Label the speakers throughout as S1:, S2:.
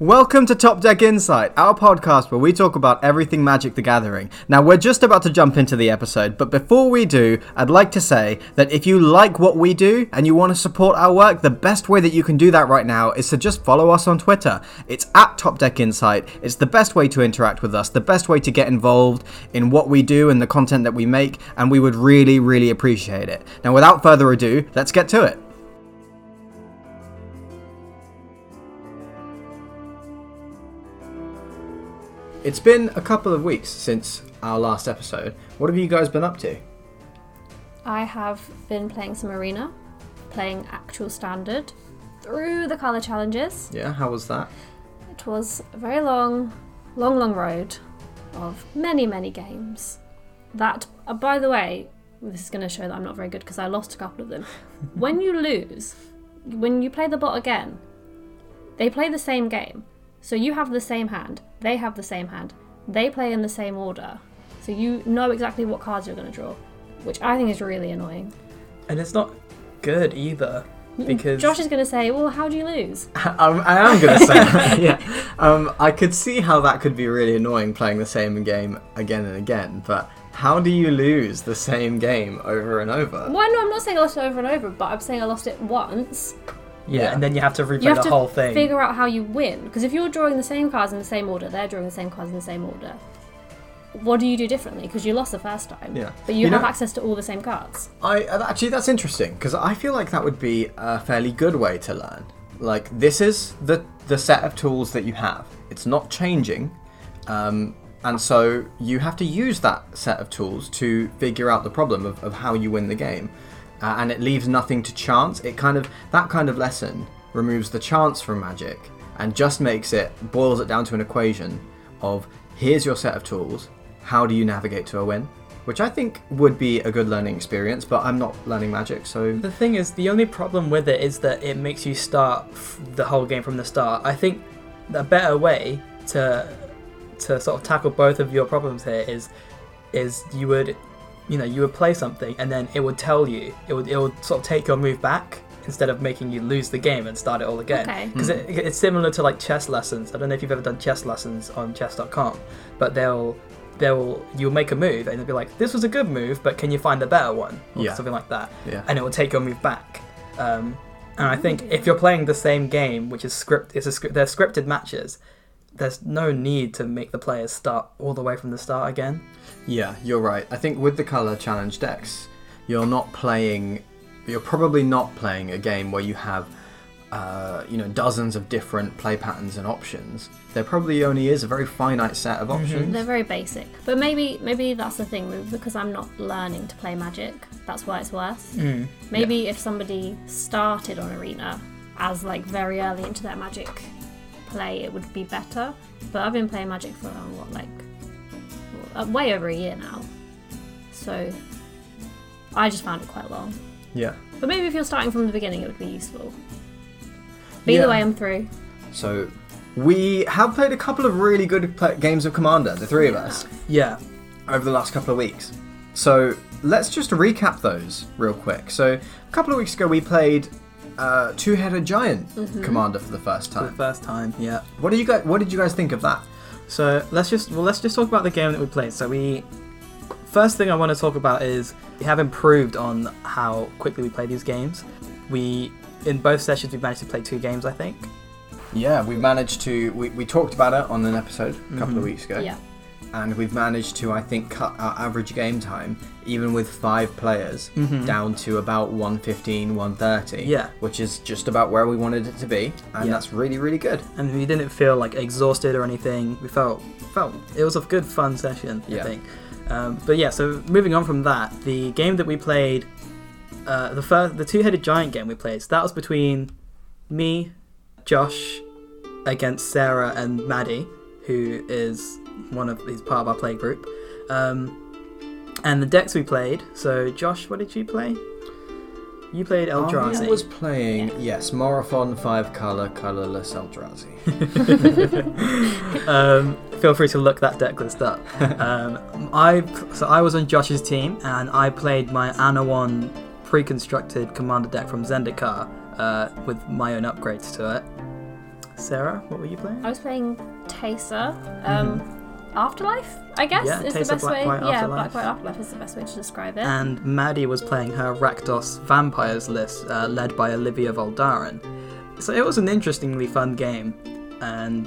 S1: Welcome to Top Deck Insight, our podcast where we talk about everything Magic the Gathering. Now, we're just about to jump into the episode, but before we do, I'd like to say that if you like what we do and you want to support our work, the best way that you can do that right now is to just follow us on Twitter. It's at Top Deck Insight. It's the best way to interact with us, the best way to get involved in what we do and the content that we make, and we would really, really appreciate it. Now, without further ado, let's get to it. It's been a couple of weeks since our last episode. What have you guys been up to?
S2: I have been playing some arena, playing actual standard through the colour challenges.
S1: Yeah, how was that?
S2: It was a very long, long, long road of many, many games. That, uh, by the way, this is going to show that I'm not very good because I lost a couple of them. when you lose, when you play the bot again, they play the same game. So you have the same hand, they have the same hand, they play in the same order. So you know exactly what cards you're going to draw, which I think is really annoying.
S3: And it's not good either because
S2: Josh is going to say, "Well, how do you lose?"
S1: Hmm, Um, I am going to say, that, yeah. Um, I could see how that could be really annoying playing the same game again and again, but how do you lose the same game over and over?
S2: Well, no, I'm not saying I lost it over and over, but I'm saying I lost it once.
S3: yeah,
S1: Yeah.
S3: and then you have to replay
S2: You have
S3: the
S2: to
S3: whole thing.
S2: figure out how you win because if you're drawing the same cards in the same order, they're drawing the same cards in the same order. What do you do differently? Because you lost the first time,
S1: Yeah.
S2: but you,
S1: You
S2: have
S1: know-
S2: access to all the same cards.
S1: I uh, actually that's interesting because I feel like that would be a fairly good way to learn. Like this is the the set of tools that you have. It's not changing, um, and so you have to use that set of tools to figure out the problem of, of how you win the game. Uh, and it leaves nothing to chance. It kind of that kind of lesson removes the chance from magic and just makes it boils it down to an equation of here's your set of tools. How do you navigate to a win? which I think would be a good learning experience, but I'm not learning magic, so
S3: The thing is, the only problem with it is that it makes you start f- the whole game from the start. I think a better way to to sort of tackle both of your problems here is is you would you know you would play something and then it would tell you it would it would sort of take your move back instead of making you lose the game and start it all again
S2: Okay.
S3: because it, it's similar to like chess lessons i don't know if you've ever done chess lessons on chess.com but they'll they'll you'll make a move and they'll be like this was a good move but can you find a better one or
S1: Yeah.
S3: something like that
S1: Yeah.
S3: and it will take your move back. Um, and I think if you're playing the same game, which is script, it's a script, they're scripted matches. There's no need to make the players start all the way from the start again.
S1: yeah, you're right. I think with the color challenge decks, you're not playing, you're probably not playing a game where you have, uh, you know, dozens of different play patterns and options. There probably only is a very finite set
S3: Mm-hmm.
S1: of options.
S2: They're very basic, but maybe maybe that's the thing maybe because I'm not learning to play Magic. That's why it's worse. Maybe if somebody started on Arena as like very early into their Magic play, it would be better. But I've been playing Magic for around what like uh, way over a year now, so I just found it quite long.
S1: Yeah.
S2: But maybe if you're starting from the beginning, it would be useful. But either
S1: Yeah.
S2: way, I'm through.
S1: So we have played a couple of really good pla games of Commander, the three of us.
S3: Yeah,
S1: over the last couple of weeks. So let's just recap those real quick. So a couple of weeks ago, we played uh, Two-Headed Giant Commander for the first
S3: Mm-hmm. for the
S1: time.
S3: first time. Yeah.
S1: What did you guys? What did you guys think of that?
S3: So let's just well let's just talk about the game that we played. So we first thing I want to talk about is we have improved on how quickly we play these games. We in both sessions we managed to play two games I think.
S1: Yeah, we managed to. We, we talked about it on an episode a couple
S3: Mm-hmm.
S1: of weeks ago,
S2: Yeah.
S1: and we've managed to, I think, cut our average game time, even with five players, down to about 115, 130.
S3: Mm-hmm. Yeah.
S1: which is just about where we wanted it to be, and
S3: Yeah.
S1: that's really, really good.
S3: and we didn't feel like exhausted or anything. We felt felt it was a good fun session.
S1: Yeah.
S3: I think. Um, but yeah, so moving on from that, the game that we played, uh, the first, the two-headed giant game we played, so that was between me, Josh, against Sarah and Maddie, who is one of is part of our play group. Um, and the decks we played. So Josh, what did you play? You played
S1: Oh,
S3: Eldrazi.
S1: I was playing yes, Morophon five color, colorless Eldrazi.
S3: um, feel free to look that deck list up. Um, I so I was on Josh's team and I played my Anawan pre-constructed commander deck from Zendikar uh, with my own upgrades to it. Sarah, what were you playing?
S2: I was playing Taser. Um, Afterlife, I guess,
S3: Mm-hmm. Yeah,
S2: is the
S3: Taser
S2: best
S3: Black
S2: way.
S3: White
S2: yeah, Black
S3: Afterlife.
S2: White Afterlife is the best way to describe it.
S3: and Maddie was playing her Rakdos Vampires list, uh, led by Olivia Voldaren. So it was an interestingly fun game, and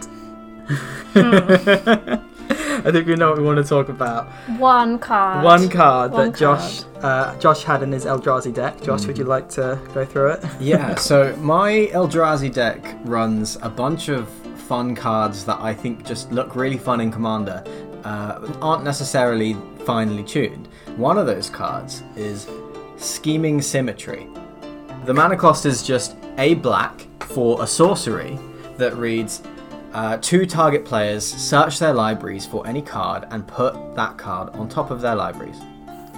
S3: I think we know what we want to talk about.
S2: One card.
S3: One card
S2: One
S3: that Josh uh, Josh had in his Eldrazi deck. Josh, would you like to go through it?
S1: Mm. yeah, so my Eldrazi deck runs a bunch of fun cards that I think just look really fun in Commander, uh, aren't necessarily finely tuned. One of those cards is Scheming Symmetry. The mana cost is just a black for a sorcery that reads uh, two target players search their libraries for any card and put that card on top of their libraries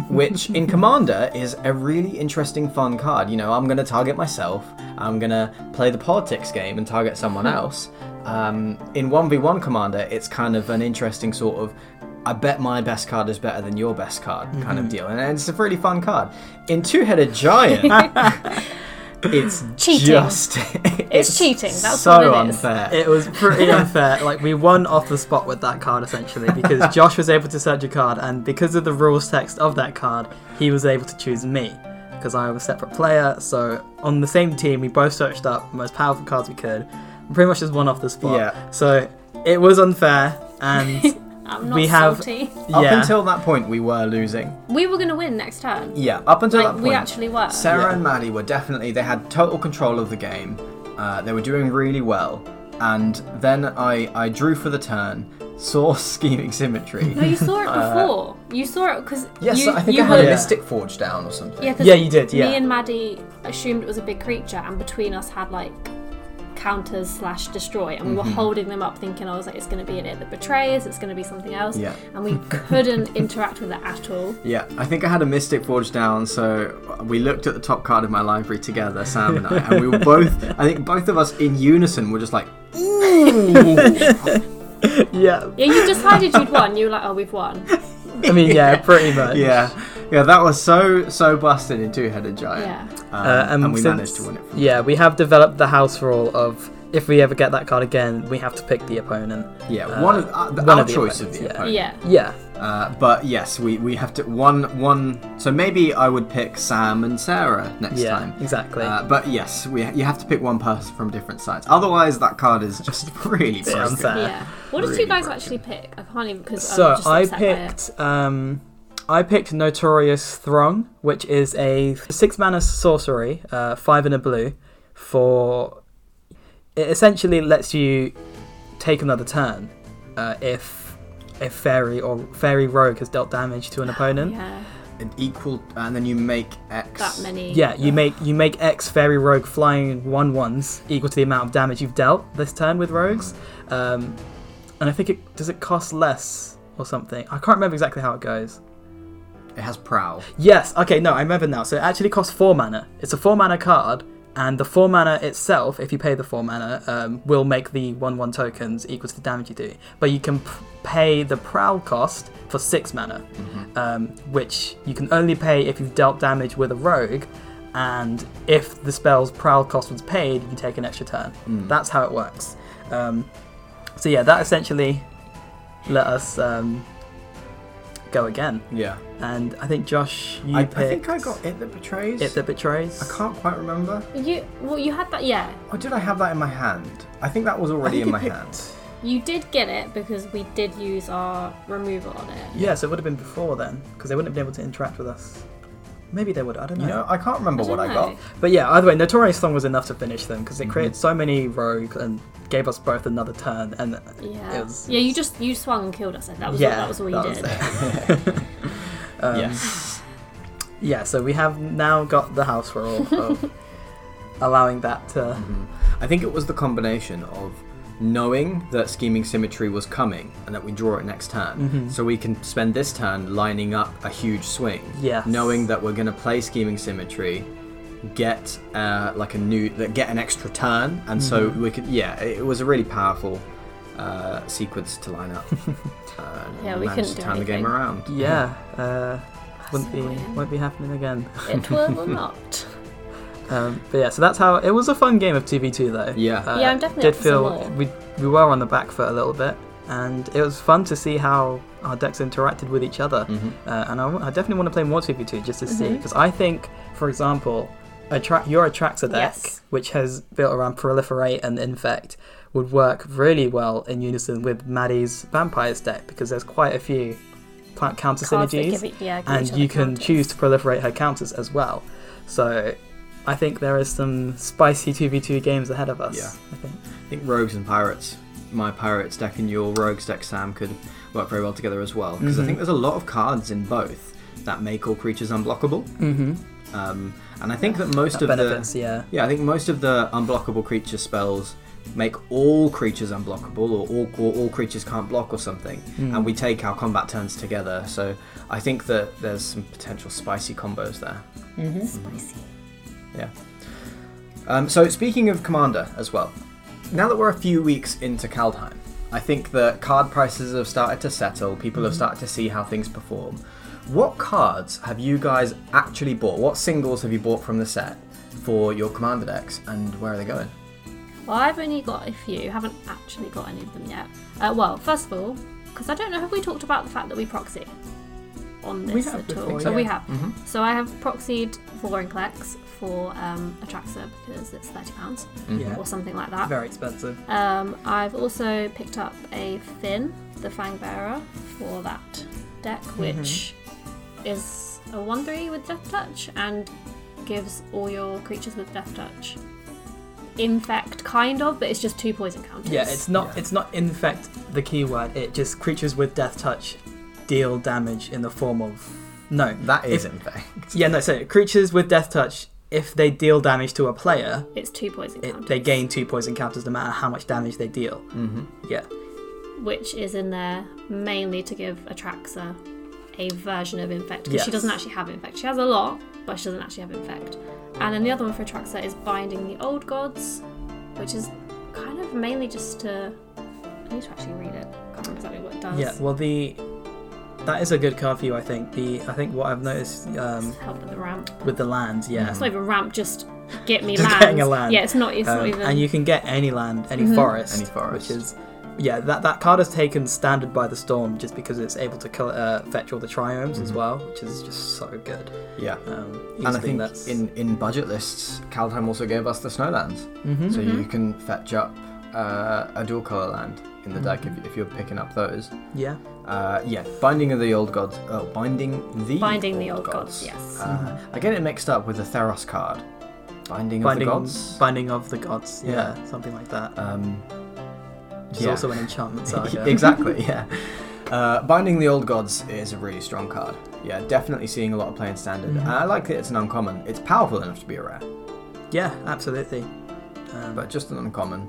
S1: which in Commander is a really interesting, fun card. You know, I'm going to target myself. I'm going to play the politics game and target someone
S2: Hmm.
S1: else. Um, in 1v1 Commander, it's kind of an interesting sort of. I bet my best card is better than your best card kind
S2: Mm-hmm.
S1: of deal. And it's a really fun card. In Two Headed Giant, it's
S2: Cheating.
S1: just.
S2: It's cheating, that's
S1: so
S2: what it is.
S1: unfair.
S3: It was pretty unfair. Like we won off the spot with that card essentially because Josh was able to search a card, and because of the rules text of that card, he was able to choose me because I am a separate player. So on the same team, we both searched up the most powerful cards we could, and pretty much just won off the spot.
S1: Yeah.
S3: So it was unfair, and
S2: I'm not
S3: we have-
S2: salty.
S1: Up
S3: yeah,
S1: until that point, we were losing.
S2: We were going to win next turn.
S1: Yeah, up until
S2: Like,
S1: that
S2: we
S1: point.
S2: actually were.
S1: Sarah
S3: Yeah.
S1: and Maddie were definitely, they had total control of the game. Uh, they were doing really well. And then I, I drew for the turn, saw Scheming Symmetry.
S2: No, you saw it
S3: uh,
S2: before. you saw it because.
S1: yes,
S2: you,
S1: I think
S2: you
S1: I had
S2: were,
S1: a Mystic Forge down or something.
S2: Yeah, 'cause
S3: Yeah, you did, yeah.
S2: Me and Maddie assumed it was a big creature, and between us had like counters slash destroy, and we
S3: Mm-hmm.
S2: were holding them up, thinking I was like, it's going to be an it that betrays, it's going to be something else,
S1: Yeah.
S2: and we couldn't interact with it at all.
S1: Yeah, I think I had a Mystic Forge down, so we looked at the top card of my library together, Sam and I, and we were both, I think both of us in unison were just like, ooh.
S3: yeah.
S2: Yeah, you decided you'd won. You were like, oh, we've won.
S3: I mean, yeah, pretty much.
S1: yeah, yeah, that was so, so busted in Two Headed Giant.
S2: Yeah.
S1: Um,
S3: Uh,
S1: and, we
S3: since-
S1: managed to win it. From
S3: Yeah, we have developed the house rule of if we ever get that card again, we have to pick the opponent.
S1: Yeah,
S3: Uh,
S1: one of uh, the,
S3: one
S1: our
S3: of the
S1: choice of
S3: opponents,
S1: the
S3: yeah.
S1: opponent.
S2: Yeah.
S3: Yeah,
S1: Uh, but yes, we, we have to one one. So maybe I would pick Sam and Sarah next
S3: yeah,
S1: time.
S3: exactly.
S1: Uh, but yes, we you have to pick one person from different sides. Otherwise, that card is just really
S3: Bit
S1: broken.
S3: unfair. Uh,
S2: Yeah. What did
S1: really
S2: you guys
S1: broken.
S2: actually pick? I can't even because
S3: So
S2: I'm um, just
S3: I
S2: upset by it.
S3: picked um, I picked Notorious Throng, which is a six mana sorcery, uh, five and a blue, for it essentially lets you take another turn uh, if if fairy or fairy rogue has dealt damage to an opponent.
S2: Oh, Yeah,
S1: An equal, and then you make X.
S2: that many.
S3: Yeah, you make you make X fairy rogue flying one ones equal to the amount of damage you've dealt this turn with rogues, um, and I think it does it cost less or something. I can't remember exactly how it goes.
S1: It has prowl.
S3: Yes, okay, no, I remember now. So it actually costs four mana. It's a four mana card, and the four mana itself, if you pay the four mana, um, will make the 1 1 tokens equal to the damage you do. But you can p- pay the prowl cost for six mana, um, which you can only pay if you've dealt damage with a rogue, and if the spell's prowl cost was paid, you can take an extra turn. That's how it works. Um, so yeah, that essentially let us um, go again.
S1: Yeah.
S3: And I think Josh, you
S1: I, I
S3: picked
S1: think I got it that betrays.
S3: it that betrays.
S1: I can't quite remember.
S2: You well, you had that. Yeah,
S1: Or did I have that in my hand? I think that was
S3: I
S1: already
S3: think
S1: in
S3: you
S1: my
S3: picked-
S1: hand.
S2: you did get it because we did use our removal on it.
S3: Yeah, so it would have been before then because they wouldn't have been able to interact with us. Maybe they would. I don't know.
S1: You know, I can't remember
S2: I
S1: what
S2: don't
S1: I got.
S2: know.
S3: But yeah, either way, Notorious Thong was enough to finish them because it
S1: Mm-hmm.
S3: created so many rogues and gave us both another turn. And
S2: Yeah.
S3: it was
S2: yeah, you just you swung and killed us. That was all,
S3: Yeah,
S2: that was all you
S3: that was
S2: did.
S3: Um,
S1: yes.
S3: yeah. So we have now got the house rule of allowing that to.
S1: I think it was the combination of knowing that scheming symmetry was coming and that we draw it next turn, so we can spend this turn lining up a huge swing.
S3: Yes.
S1: Knowing that we're going to play scheming symmetry, get uh, like a new, that get an extra turn, and so we could. Yeah, it was a really powerful uh, sequence to line up. uh, and
S2: Yeah, we
S1: managed
S2: couldn't
S1: to
S2: do
S1: turn the game
S2: anything.
S1: around.
S3: Yeah. Uh, wouldn't be
S2: annoying.
S3: won't be happening again.
S2: It will not.
S3: Um, but yeah, so that's how it was a fun game of two v two though.
S1: Yeah.
S3: Uh,
S2: Yeah, I'm definitely
S3: did
S2: up for some
S3: feel
S2: more.
S3: we we were on the back foot a little bit, and it was fun to see how our decks interacted with each other.
S1: Mm. Mm-hmm.
S3: Uh, and I, w- I definitely want to play more two v two just to see
S2: Mm-hmm.
S3: because I think, for example, a tra- your Atraxa deck,
S2: Yes.
S3: which has built around proliferate and infect, would work really well in unison with Maddie's vampires deck because there's quite a few plant counter
S2: Cards that
S3: synergies
S2: give it- yeah, give
S3: and
S2: each other
S3: you can
S2: counters.
S3: choose to proliferate her counters as well. So I think there is some spicy 2v2 games ahead of us.
S1: Yeah.
S3: I think.
S1: I think rogues and pirates, my pirates deck and your rogues deck, Sam, could work very well together as well because I think there's a lot of cards in both that make all creatures unblockable. Mm-hmm. Um, and I think that most
S3: That
S1: of
S3: benefits,
S1: the
S3: yeah.
S1: yeah, I think most of the unblockable creature spells make all creatures unblockable or all, or all creatures can't block or something and we take our combat turns together so i think that there's some potential spicy combos there
S2: Spicy.
S1: yeah. Um, so speaking of Commander as well, now that we're a few weeks into Kaldheim, I think that card prices have started to settle. People have started to see how things perform. What cards have you guys actually bought? What singles have you bought from the set for your Commander decks, and where are they going?
S2: Well, I've only got a few. Haven't actually got any of them yet. Uh, well, first of all, because I don't know, have we talked about the fact that we proxy on this
S1: have,
S2: at
S1: I
S2: all?
S1: think,
S2: So we
S1: yeah.
S2: have. So I have proxied for Vorinclex for um, Atraxa because it's thirty pounds
S1: Mm-hmm.
S3: Yeah.
S2: or something like that.
S3: Very expensive.
S2: Um, I've also picked up a Finn, the Fangbearer, for that deck,
S3: Mm-hmm.
S2: which is a 1 3 with Death Touch and gives all your creatures with Death Touch infect, kind of, but it's just two poison counters.
S3: Yeah, it's not
S1: Yeah.
S3: it's not infect the keyword, it just creatures with death touch deal damage in the form of no.
S1: That is,
S3: if,
S1: in fact.
S3: Yeah, no, so creatures with death touch, if they deal damage to a player,
S2: It's two poison
S3: it,
S2: counters.
S3: they gain two poison counters no matter how much damage they deal. Mm-hmm. Yeah.
S2: Which is in there mainly to give Atraxa a version of infect because
S3: Yes.
S2: she doesn't actually have infect. She has a lot, but she doesn't actually have infect. And then the other one for Atraxa is binding the old gods, which is kind of mainly just to. I need to actually read it. Can't remember exactly what it does.
S3: Yeah, well the that is a good card for you, I think. The I think what I've noticed um,
S2: help with the ramp.
S3: with the lands, yeah.
S2: It's
S1: Mm.
S2: not even ramp. Just get me
S3: Just
S2: lands.
S3: getting a land.
S2: Yeah, it's not. It's
S3: Um,
S2: not even. Mm-hmm.
S3: and you can get any land, any forest,
S1: Any forest.
S3: which is yeah. That that card is taken standard by the storm just because it's able to col- uh, fetch all the triomes as well, which is just so good.
S1: Mm-hmm. Yeah.
S3: Um,
S1: and I
S3: using
S1: think
S3: that's
S1: in, in budget lists, Kaldheim also gave us the Snowlands.
S3: Mm-hmm.
S1: So you can fetch up uh, a dual colour land in the deck if, if you're picking up those.
S3: yeah.
S1: Uh, yeah, Binding of the Old Gods. Oh, Binding the
S2: Binding the Old Gods, yes.
S1: Uh, I get it mixed up with the Theros card. Binding,
S3: Binding,
S1: of the Gods.
S3: binding of the gods, yeah,
S1: Yeah.
S3: something like that.
S1: um,
S3: Which is
S1: yeah.
S3: also an enchantment saga.
S1: exactly, yeah. Uh, Binding the Old Gods is a really strong card. Yeah, definitely seeing a lot of play in standard. And I like that it's an uncommon. It's powerful enough to be a rare,
S3: Yeah, absolutely. Um,
S1: but just an uncommon.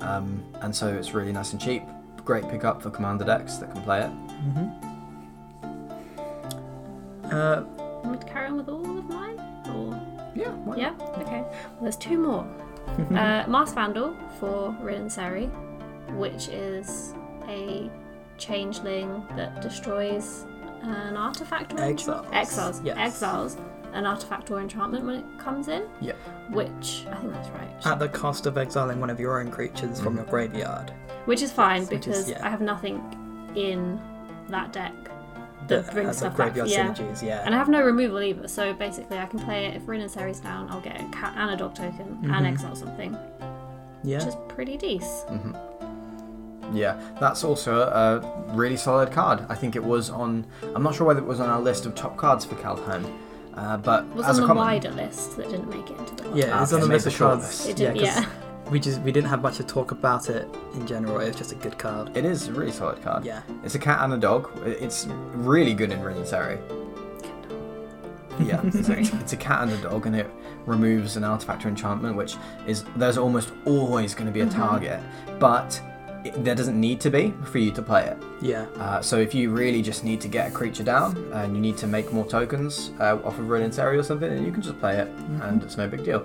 S1: Um, and so it's really nice and cheap. Great pickup for commander decks that can play it.
S3: uh,
S2: Want me to carry on with all of mine? Or
S1: Yeah, why not?
S2: Yeah, okay. Well, there's two more. uh, Mars Vandal for Rin and Sari, which is a changeling that destroys an artifact or enchant-
S3: Exiles.
S2: Exiles.
S3: Yes.
S2: Exiles. An artifact or enchantment when it comes in,
S1: yeah.
S2: which I think that's right.
S3: at the cost of exiling one of your own creatures from
S1: Mm.
S3: your graveyard.
S2: which is fine
S3: Which
S2: because
S3: is- yeah.
S2: I have nothing in that deck that brings
S3: has a
S2: stuff back.
S3: graveyard
S2: Yeah.
S3: synergies, yeah.
S2: And I have no removal either, so basically I can play it if Rin and Sari's down, I'll get a cat and a dog token
S3: Mm-hmm.
S2: and exile something,
S3: yeah.
S2: which is pretty decent.
S1: Mm. Yeah, that's also a really solid card. I think it was on. I'm not sure whether it was on our list of top cards for Kaldheim, uh, but
S2: was
S1: as
S2: on
S1: a
S2: the
S1: common,
S2: wider list that didn't make it into the
S3: Yeah,
S1: Ah,
S3: it's
S1: okay,
S3: on the
S1: made
S3: list
S1: the
S3: of
S1: short
S3: cards.
S1: list.
S2: It did-
S3: 'cause
S2: yeah.
S3: we just we didn't have much to talk about it in general. It was just a good card.
S1: it is a really solid card.
S3: Yeah.
S1: it's a cat and a dog. It's really good in Rinzari. Yeah, it's a, it's a cat and a dog, and it removes an artifact or enchantment, which is there's almost always going to be a
S2: Mm-hmm.
S1: target, but it, there doesn't need to be for you to play it.
S3: Yeah,
S1: Uh, so if you really just need to get a creature down and you need to make more tokens uh, off of Brilliant Area or something, then you can just play it
S2: Mm-hmm.
S1: and it's no big deal.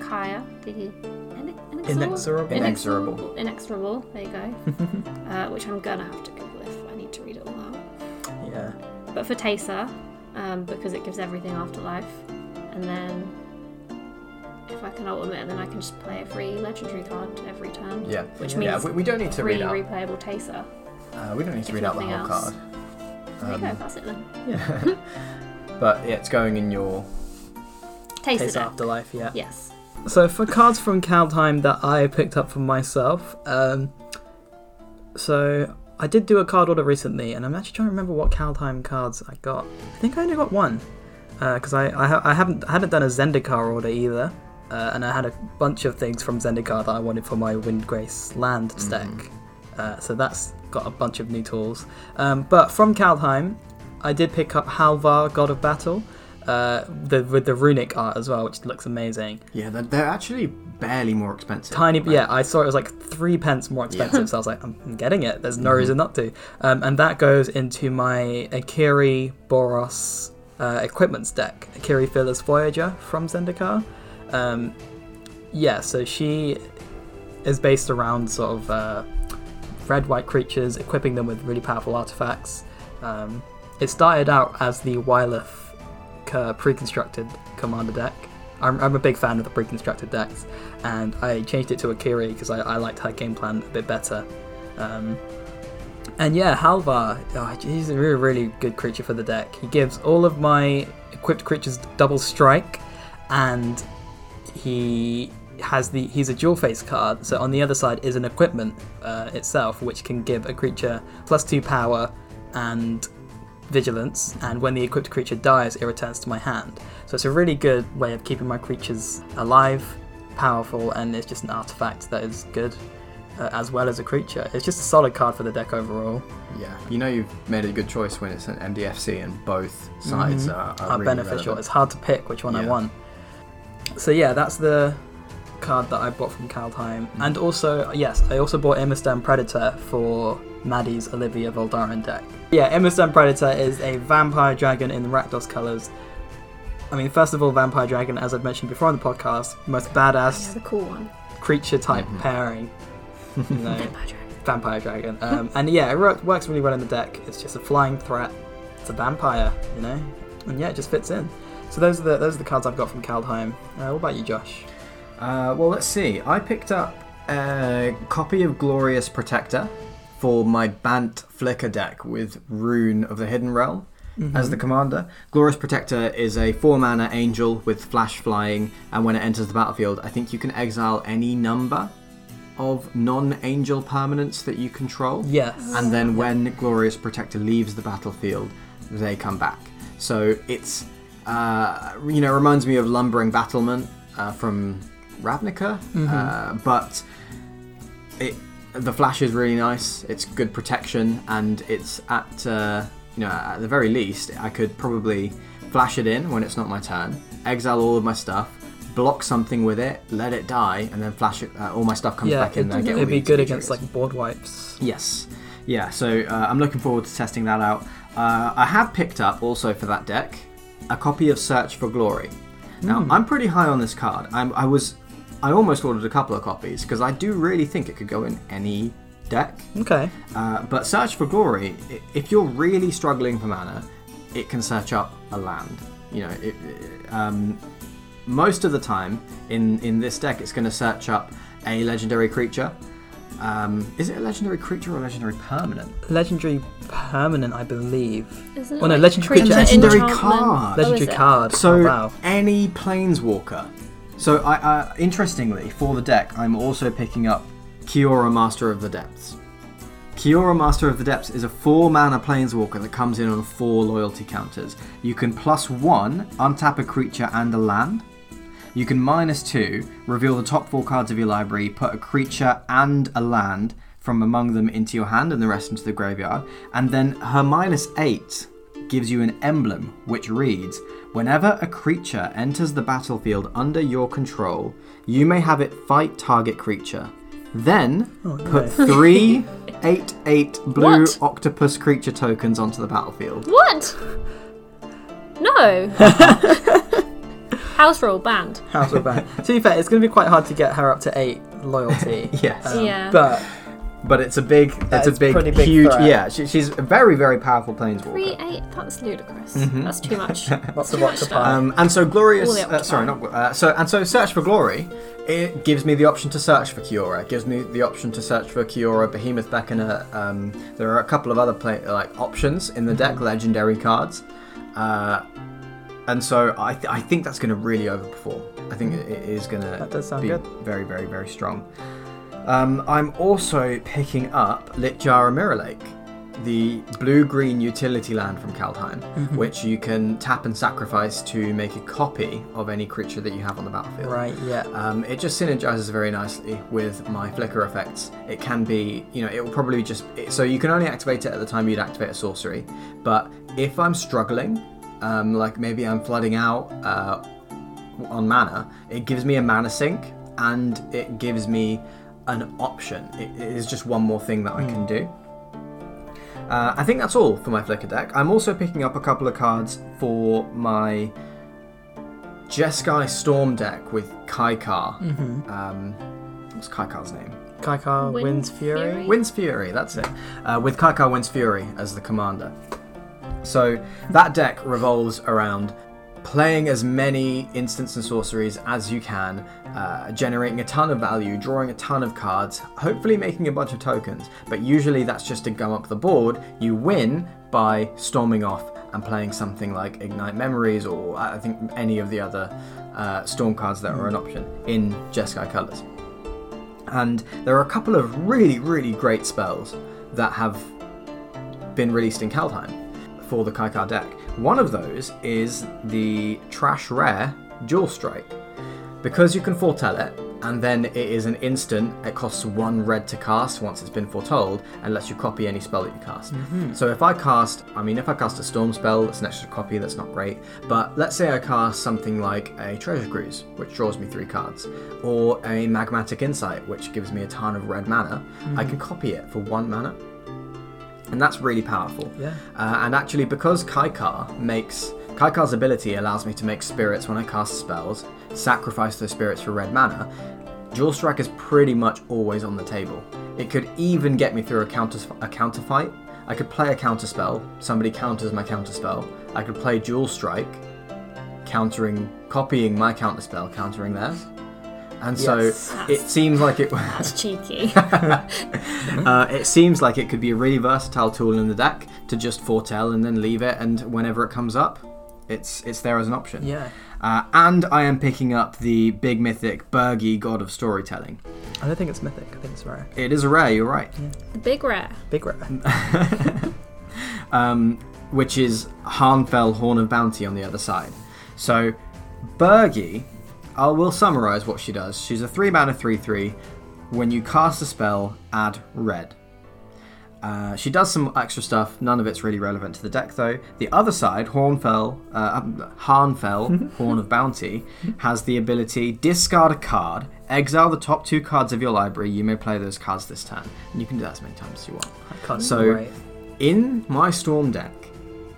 S2: Kaya, the in-
S3: Inexorable.
S1: Inexorable.
S2: Inexorable, there you go. uh, which I'm gonna have to Google if I need to read it all out.
S3: yeah.
S2: But for Tesa, um, because it gives everything afterlife, and then if I can ultimate, then I can just play a free legendary card every turn.
S1: Yeah.
S2: Which
S1: yeah,
S2: means
S1: we, we don't need to
S2: three
S1: read out.
S2: replayable Taser.
S1: Uh, we don't need to
S2: if
S1: read out the
S2: nothing
S1: whole card.
S2: else.
S1: Um,
S2: There you go, that's it then.
S1: But yeah, it's going in your.
S2: Taser.
S3: Taste
S2: deck.
S3: Afterlife, yeah.
S2: Yes.
S3: So for cards from Kaldheim that I picked up for myself, um, so I did do a card order recently, and I'm actually trying to remember what Kaldheim cards I got. I think I only got one because I I, ha- I haven't I hadn't done a Zendikar order either, uh, and I had a bunch of things from Zendikar that I wanted for my Windgrace land stack. Uh, so that's got a bunch of new tools. Um, but from Kaldheim, I did pick up Halvar, God of Battle, uh, the, with the runic art as well, which looks amazing
S1: Yeah, they're, they're actually barely more expensive.
S3: tiny
S1: Like,
S3: yeah i saw it was like three pence more expensive so i was like i'm I'm getting it there's no reason not to um, and that goes into my akiri boros uh, equipments deck akiri fearless voyager from zendikar um, yeah so she is based around sort of uh, red white creatures equipping them with really powerful artifacts um, it started out as the Wyleth uh, pre-constructed commander deck. I'm, I'm a big fan of the pre-constructed decks, and I changed it to Akiri because I, I liked her game plan a bit better. Um, and yeah, Halvar, oh, he's a really, really good creature for the deck. He gives all of my equipped creatures double strike, and he has the he's a dual face card. So on the other side is an equipment uh, itself, which can give a creature plus two power and vigilance, and when the equipped creature dies, it returns to my hand. So it's a really good way of keeping my creatures alive, powerful, and it's just an artifact that is good uh, as well as a creature. It's just a solid card for the deck overall.
S1: Yeah, you know you've made a good choice when it's an MDFC and both sides are, Mm-hmm. are,
S3: are
S1: really
S3: beneficial.
S1: relevant.
S3: It's hard to pick which one I
S1: Yeah.
S3: want. So yeah, that's the card that I bought from Kaldheim.
S1: Hmm.
S3: And also, yes, I also bought Imistan Predator for Maddie's Olivia Voldaren deck. Yeah, Imistan Predator is a vampire dragon in Rakdos colors. I mean, first of all, vampire dragon, as I've mentioned before on the podcast, most
S2: Yeah,
S3: badass
S2: the cool one.
S3: creature type
S1: Mm-hmm.
S3: pairing. You know,
S2: Vampire Dragon.
S3: vampire dragon. Um, and yeah, it wor- works really well in the deck. It's just a flying threat. It's a vampire, you know, and yeah, it just fits in. So those are the those are the cards I've got from Kaldheim. Uh, what about you, Josh?
S1: Uh, well, let's see. I picked up a copy of Glorious Protector for my Bant Flicker deck with Rune of the Hidden Realm as the commander. Glorious Protector is a four mana angel with flash flying, and when it enters the battlefield, I think you can exile any number of non angel permanents that you control.
S3: Yes.
S1: And then when Glorious Protector leaves the battlefield, they come back. So it's, uh, you know, reminds me of Lumbering Battlement uh, from Ravnica,
S3: Mm-hmm.
S1: uh, but it the flash is really nice. It's good protection, and it's at uh, you know at the very least I could probably flash it in when it's not my turn, exile all of my stuff, block something with it, let it die, and then flash it. Uh, all my stuff comes
S3: yeah,
S1: back in.
S3: it,
S1: there, get all
S3: would
S1: the
S3: be good
S1: utility
S3: against
S1: triggers.
S3: like board wipes.
S1: Yes. Yeah, so uh, I'm looking forward to testing that out. Uh, I have picked up also for that deck a copy of Search for Glory. Now, I'm pretty high on this card. I'm, I was. I almost ordered a couple of copies because I do really think it could go in any deck.
S3: Okay.
S1: Uh, but Search for Glory, i- if you're really struggling for mana, it can search up a land. You know, it, it- um, most of the time in, in this deck, it's going to search up a legendary creature. Um, is it a legendary creature or a legendary permanent?
S3: Legendary permanent, I believe.
S2: Isn't it
S3: Well, no,
S2: like
S3: legendary creature.
S1: Legendary
S2: enchantment?
S1: card.
S2: Oh, is
S3: Legendary
S2: it?
S3: card.
S1: So
S3: oh, wow.
S1: any planeswalker. So I, uh, interestingly, for the deck, I'm also picking up Kiora, Master of the Depths. Kiora, Master of the Depths is a four mana planeswalker that comes in on four loyalty counters. You can plus one untap a creature and a land. You can minus two reveal the top four cards of your library, put a creature and a land from among them into your hand, and the rest into the graveyard. And then her minus eight gives you an emblem which reads Whenever a creature enters the battlefield under your control, you may have it fight target creature. Then
S4: Oh,
S1: put three 8 8 blue
S2: What?
S1: octopus creature tokens onto the battlefield.
S2: What? No. House rule banned.
S3: House of Ban. to be fair, it's going to be quite hard to get her up to eight loyalty.
S1: Yes.
S2: yeah.
S3: Um, But
S1: but it's a big,
S4: That
S1: it's
S4: is
S1: a big,
S4: pretty big
S1: huge.
S4: threat.
S1: Yeah, she, she's a very, very powerful planeswalker.
S2: Three eight. That's ludicrous.
S3: Mm-hmm.
S2: That's too much.
S4: Lots
S2: Too
S4: of
S2: much stuff.
S4: octopi.
S1: Um, and so glorious.
S2: All the
S1: Uh, sorry, not
S2: octopi.
S1: gl- uh, so and so. Search for glory. It gives me the option to search for Kiora. It gives me the option to search for Kiora, Behemoth Beckoner. Um, there are a couple of other play- like options in the
S3: Mm-hmm.
S1: deck, legendary cards, uh, and so I, th- I think that's going to really overperform. I think it it is going
S3: Mm-hmm. That does
S1: to
S3: sound
S1: be
S3: good.
S1: very, very, very strong. Um, I'm also picking up Litjara Mirror Lake, the blue green utility land from Kaldheim, which you can tap and sacrifice to make a copy of any creature that you have on the battlefield.
S3: Right, yeah.
S1: Um, it just synergizes very nicely with my flicker effects. It can be, you know, it will probably just. It, so you can only activate it at the time you'd activate a sorcery. But if I'm struggling, um, like maybe I'm flooding out uh, on mana, it gives me a mana sink and it gives me an option. It, it is just one more thing that I can do. Uh, I think that's all for my Flicker deck. I'm also picking up a couple of cards for my Jeskai Storm deck with Kaikar. Um, what's Kaikar's name?
S3: Kaikar
S2: Wind
S3: wins Fury.
S2: Fury?
S1: Winds Fury, that's it. Uh, with Kaikar Winds Fury as the commander. So that deck revolves around playing as many instants and sorceries as you can, uh, generating a ton of value, drawing a ton of cards, hopefully making a bunch of tokens. But usually that's just to gum up the board. You win by storming off and playing something like Ignite Memories or I I think any of the other uh, storm cards that are an option in Jeskai colors. And there are a couple of really, really great spells that have been released in Kaldheim for the Kaikar deck. One of those is the Trash Rare Dual Strike. Because you can foretell it, and then it is an instant, it costs one red to cast once it's been foretold, and lets you copy any spell that you cast. So if I cast, I mean, if I cast a Storm spell, that's an extra copy, that's not great. But let's say I cast something like a Treasure Cruise, which draws me three cards, or a Magmatic Insight, which gives me a ton of red mana, I can copy it for one mana. And that's really powerful.
S3: Yeah.
S1: Uh, and actually, because Kaikar makes Kaikar's ability allows me to make spirits when I cast spells, sacrifice those spirits for red mana. Dual Strike is pretty much always on the table. It could even get me through a counter a counter fight. I could play a counter spell. Somebody counters my counter spell. I could play Dual Strike, countering, copying my counter spell, countering theirs. And so
S3: Yes.
S1: it seems like it.
S2: That's cheeky.
S1: Uh, it seems like it could be a really versatile tool in the deck to just foretell and then leave it, and whenever it comes up, it's it's there as an option.
S3: Yeah.
S1: Uh, and I am picking up the big mythic Bergy, God of Storytelling.
S3: I don't think it's mythic. I think it's rare.
S1: It is a rare. You're right.
S2: the big rare.
S3: Big rare.
S1: um, which is Harnfell Horn of Bounty on the other side. So, Bergy, I will summarize what she does. She's a 3 mana 3 3. When you cast a spell, add red. Uh, she does some extra stuff. None of it's really relevant to the deck, though. The other side, Hornfell, uh, um, Harnfell, Horn of Bounty, has the ability discard a card, exile the top two cards of your library. You may play those cards this turn, and you can do that as many times as you want.
S3: I can't
S1: So-
S3: right.
S1: In my Storm deck,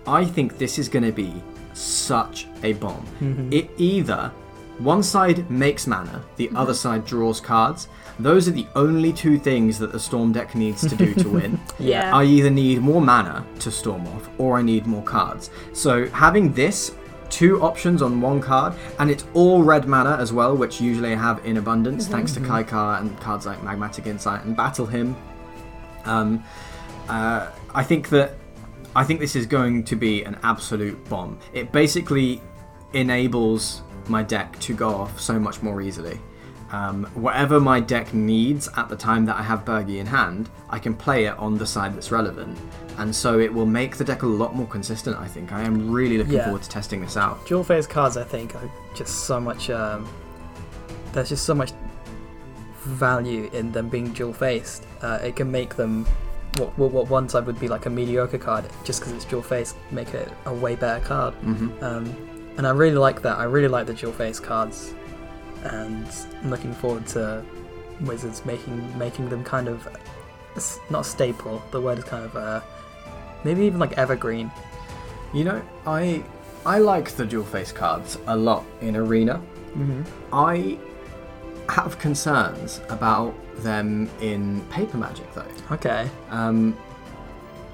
S1: I think this is going to be such a bomb. It either one side makes mana, the other side draws cards. Those are the only two things that the Storm deck needs to do to win.
S2: Yeah.
S1: I either need more mana to storm off or I need more cards. So having this two options on one card and it's all red mana as well which usually I have in abundance thanks to Kaikar and cards like Magmatic Insight and Battle Him. Um, uh, I think that I think this is going to be an absolute bomb. It basically enables my deck to go off so much more easily. Um, whatever my deck needs at the time that I have Bergy in hand, I can play it on the side that's relevant, and so it will make the deck a lot more consistent. I think I am really looking
S3: Yeah.
S1: forward to testing this out.
S3: dual phase cards i think are just so much um, there's just so much value in them being dual faced uh, it can make them what, what, what one side would be like a mediocre card just because it's dual faced make it a way better card
S1: Mm-hmm.
S3: um, and i really like that i really like the dual faced cards and i'm looking forward to wizards making making them kind of s- not staple the word is kind of uh, maybe even like evergreen
S1: You know, I I like the dual face cards a lot in Arena. I have concerns about them in Paper Magic, though.
S3: Okay.
S1: Um,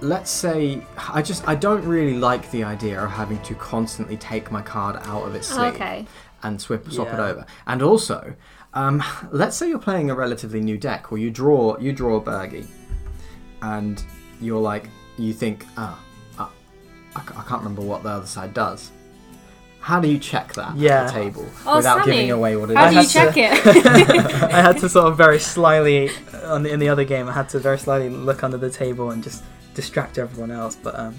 S1: let's say I just I don't really like the idea of having to constantly take my card out of its sleeve
S2: Oh, Okay.
S1: and swip, swap it
S3: Yeah.
S1: over. And also, um, let's say you're playing a relatively new deck where you draw you draw a Bergie, and you're like you think ah, ah, I, ca- I can't remember what the other side does. How do you check that
S3: Yeah.
S1: at the table
S2: Oh,
S1: without
S2: Sammy,
S1: giving away what it is?
S2: How do you
S3: have
S2: check
S3: to-
S2: it?
S3: I had to sort of very slyly uh, on the, in the other game. I had to very slyly look under the table and just distract everyone else. But um,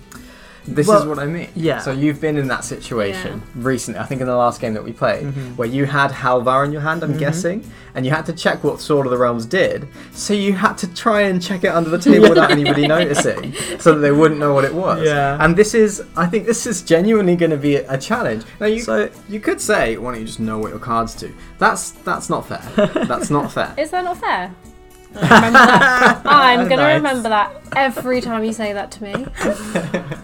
S1: This is
S3: Well,
S1: what I mean.
S3: yeah.
S1: So you've been in that situation recently. I think in the last game that we played,
S3: Mm-hmm.
S1: where you had Halvar in your hand, I'm guessing, and you had to check what Sword of the Realms did. So you had to try and check it under the table without anybody noticing, so that they wouldn't know what it was.
S3: Yeah.
S1: And this is, I think, this is genuinely going to be a, a challenge. Now you,
S3: So-
S1: you could say, why don't you just know what your cards do? That's that's not fair. That's not fair.
S2: Is that not fair? I remember that. I'm gonna
S3: Nice.
S2: remember that every time you say that to me.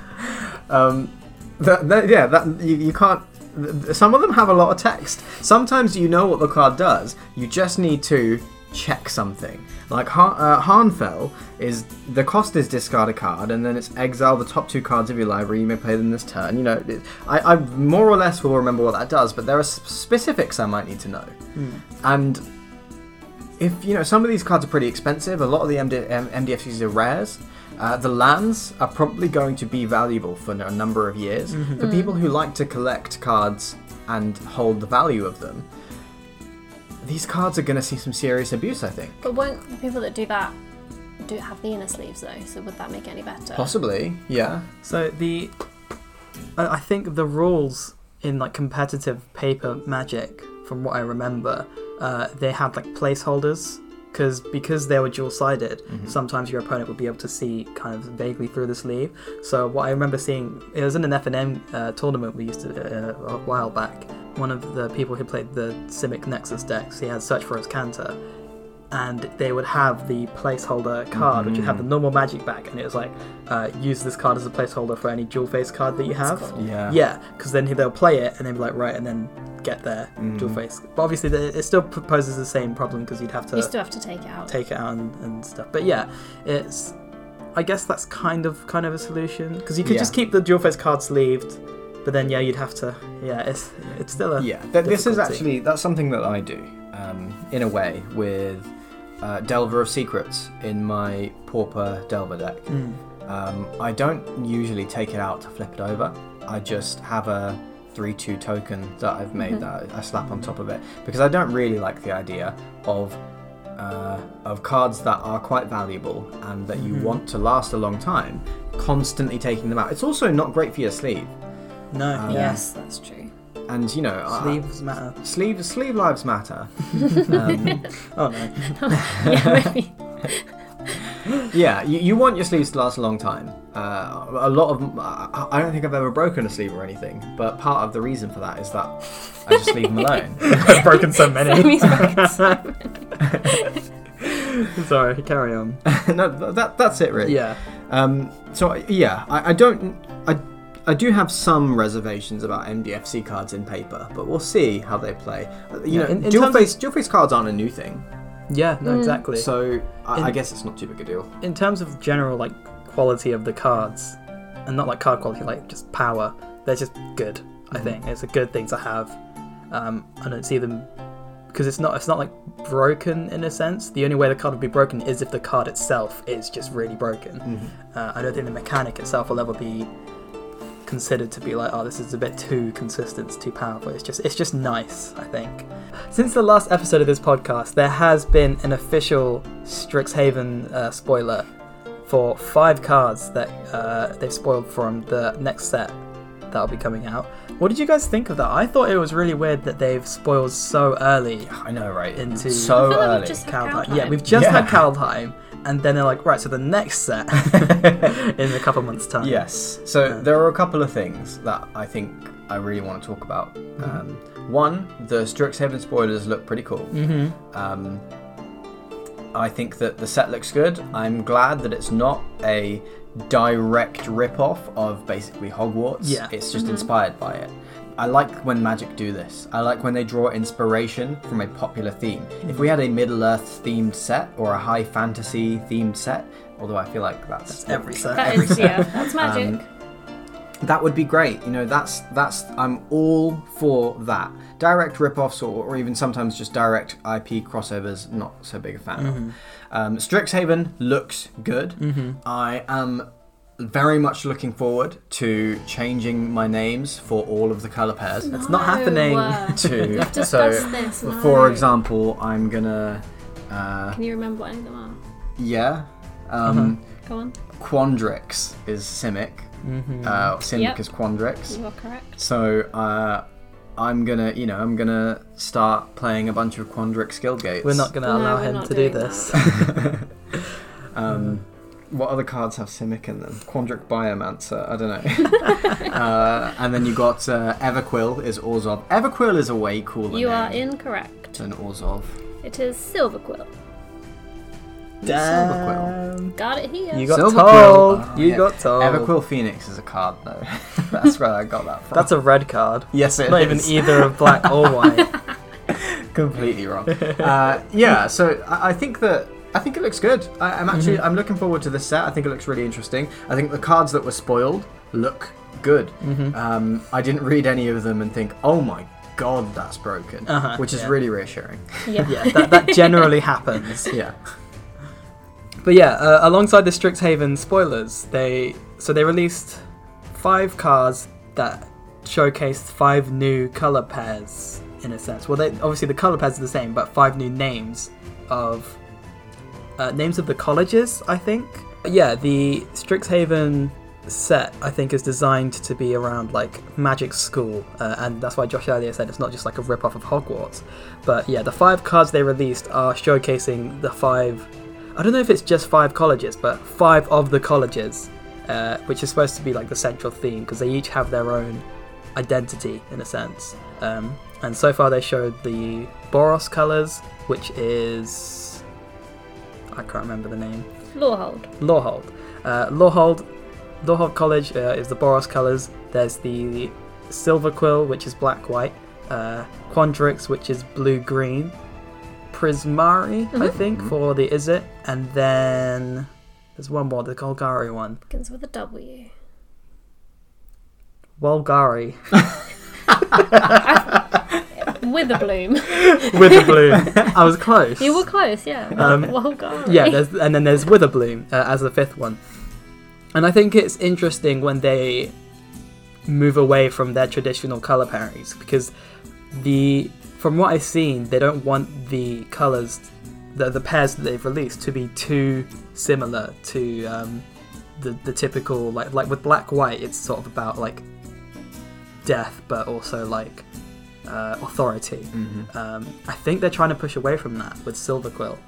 S1: Um, that, that, yeah, that you, you can't. th- th- Some of them have a lot of text. Sometimes you know what the card does. You just need to check something. Like Har- uh, Harnfell is the cost is discard a card, and then it's exile the top two cards of your library. You may play them this turn. You know, it, I, I more or less will remember what that does, but there are s- specifics I might need to know. And if you know some of these cards are pretty expensive a lot of the MD- M- mdfcs are rares uh, the lands are probably going to be valuable for a number of years for people who like to collect cards and hold the value of them these cards are going to see some serious abuse i think
S2: But won't the people that do that do have the inner sleeves though? So would that make it any better?
S1: possibly yeah
S3: so the I I think the rules in like competitive paper magic, from what I remember, uh, they had like placeholders because because they were dual sided. Sometimes your opponent would be able to see kind of vaguely through the sleeve. So what I remember seeing, it was in an F and M uh, tournament we used to uh, a while back. One of the people who played the Simic Nexus decks, he had Search for His Canter, and they would have the placeholder card, which would have the normal magic back, and it was like, uh, use this card as a placeholder for any dual face card that you have.
S1: yeah
S3: Yeah, because then they'll play it and they'll be like, right, and then get their dual face. But obviously, the, it still p- poses the same problem because you'd have to
S2: You still have to take it out.
S3: take it out and, and stuff. But yeah, it's. I guess that's kind of kind of a solution because you could
S1: Yeah.
S3: just keep the dual face card sleeved, but then yeah, you'd have to. Yeah, it's it's still a.
S1: yeah Th- this is
S3: difficulty.
S1: actually that's something that i do um, in a way with uh, delver of secrets in my pauper delver deck
S3: Mm.
S1: Um, I don't usually take it out to flip it over. I just have a 3 2 token that I've made that I slap on top of it because I don't really like the idea of. Uh, of cards that are quite valuable and that you want to last a long time, constantly taking them out. It's also not great for your sleeve,
S3: No.
S1: Um,
S3: yeah. Ah.
S2: Yes, that's true.
S1: and you know, uh,
S3: Sleeves matter.
S1: sleeve sleeve lives matter. um,
S3: Oh no.
S2: yeah, maybe.
S1: yeah, you, you want your sleeves to last a long time. Uh, a lot of I I don't think I've ever broken a sleeve or anything, but part of the reason for that is that I just leave them alone.
S3: I've broken so
S2: That
S3: many.
S2: means back.
S3: Sorry, carry on.
S1: no, th- that that's it really.
S3: Yeah.
S1: Um, so I- yeah, I, I don't. I I do have some reservations about MDFC cards in paper, but we'll see how they play. Uh, You
S3: Yeah,
S1: know,
S3: in- in
S1: dual
S3: terms of-
S1: face dual face cards aren't a new thing,
S3: Yeah, no, exactly. So,
S1: so I,
S3: In-
S1: I guess it's not too big a deal.
S3: in terms of general like quality of the cards, and not like card quality, like just power, they're just good. I think it's a good thing to have. Um, I don't see them because it's not it's not like broken in a sense. The only way the card would be broken is if the card itself is just really broken. Uh, I don't think the mechanic itself will ever be considered to be like, oh, this is a bit too consistent, it's too powerful. It's just it's just nice, I think. Since the last episode of this podcast, there has been an official Strixhaven uh, spoiler for five cards that uh, they've spoiled from the next set that'll be coming out. What did you guys think of that? I thought it was really weird that they've spoiled so early
S1: I know, right?
S3: Into-
S1: so
S2: I feel like
S1: early.
S2: we've just had
S3: Kaldheim.
S2: Kaldheim.
S3: Oh, Yeah, we've just had
S1: Yeah.
S3: Kaldheim, and then they're like, right, so the next set in a couple months' time.
S1: Yes. So there are a couple of things that I think I really want to talk about.
S3: Mm-hmm.
S1: Um, one, the Strixhaven spoilers look pretty cool.
S3: Mm-hmm.
S1: Um, I think that the set looks good. I'm glad that it's not a direct rip-off of basically Hogwarts.
S3: Yeah. Mm-hmm.
S1: It's just inspired by it. I like when Magic do this. I like when they draw inspiration from a popular theme. If
S3: Mm-hmm.
S1: we had a Middle Earth themed set or a high fantasy themed set, although I feel like that's,
S3: every set.
S2: That
S1: every
S2: is,
S1: set.
S2: yeah,
S3: Um,
S2: that's magic.
S1: that would be great. You know, that's that's I'm all for that. Direct rip-offs or, or even sometimes just direct IP crossovers, not so big a fan
S2: Mm-hmm.
S1: of. Um, Strixhaven looks good. I am very much looking forward to changing my names for all of the color pairs
S3: It's not happening.
S2: No, uh,
S1: to
S2: We've discussed
S1: so
S2: this, no.
S1: for example i'm gonna uh,
S2: Can you remember what any of them are?
S1: yeah um,
S2: Go on.
S1: quandrix is simic uh, simic
S2: Mm-hmm. Yep.
S1: is quandrix
S2: You are correct.
S1: so uh, i'm gonna you know i'm gonna start playing a bunch of quandrix guild gates
S3: We're not going to
S2: No,
S3: allow
S2: we're
S3: him
S2: not
S3: to do
S2: doing
S3: this.
S1: um, what other cards have simic in them quandrix biomancer i don't know uh, and then you got uh, everquill is orzov everquill is a way cooler
S2: You are
S1: name
S2: incorrect.
S1: than orzov
S2: It is Silverquill.
S1: Damn.
S2: Got it here.
S3: You got
S1: Silver
S3: told.
S1: Quill. Oh,
S3: you
S1: yeah.
S3: got told.
S1: Everquill Phoenix is a card, though. That's where I got that from.
S3: That's a red card.
S1: yes, it's
S3: Not even either of black or white.
S1: completely wrong. Uh, yeah, so I, I think that I think it looks good. I, I'm actually I'm looking forward to this set. I think it looks really interesting. I think the cards that were spoiled look good. Um, I didn't read any of them and think, oh my god, that's broken,
S3: Uh-huh,
S1: which is
S3: yeah.
S1: really reassuring.
S2: yeah.
S3: yeah, that, that generally happens.
S1: yeah,
S3: But yeah, uh, alongside the Strixhaven spoilers, they so they released five cards that showcased five new color pairs in a sense. Well, they obviously the color pairs are the same, but five new names of uh, names of the colleges, I think. Yeah, the Strixhaven set I think is designed to be around like magic school uh, and that's why Josh earlier said it's not just like a rip off of Hogwarts but yeah the five cards they released are showcasing the five I don't know if it's just five colleges, but five of the colleges, uh, which is supposed to be like the central theme because they each have their own identity in a sense. Um, and so far, they showed the Boros colors, which is I can't remember the name.
S2: Lawhold.
S3: Lawhold. Uh, Lawhold, Lawhold College uh, is the Boros colours. There's the Silver Quill, which is black white. Uh, Quandrix, which is blue green. Prismari, I
S2: Mm-hmm.
S3: think, for the Is It. And then there's one more, the Golgari one.
S2: Begins with a W.
S3: Wolgari.
S2: With a bloom.
S3: With the blue. I was close.
S2: you were close, yeah.
S3: Um,
S2: well, God.
S3: yeah, there's, and then there's Witherbloom uh, as the fifth one. And I think it's interesting when they move away from their traditional color pairings because the from what I've seen, they don't want the colors, the, the pairs that they've released to be too similar to um, the the typical like like with black white. It's sort of about like death, but also like uh, authority. Um, I think they're trying to push away from that with Silver Quill.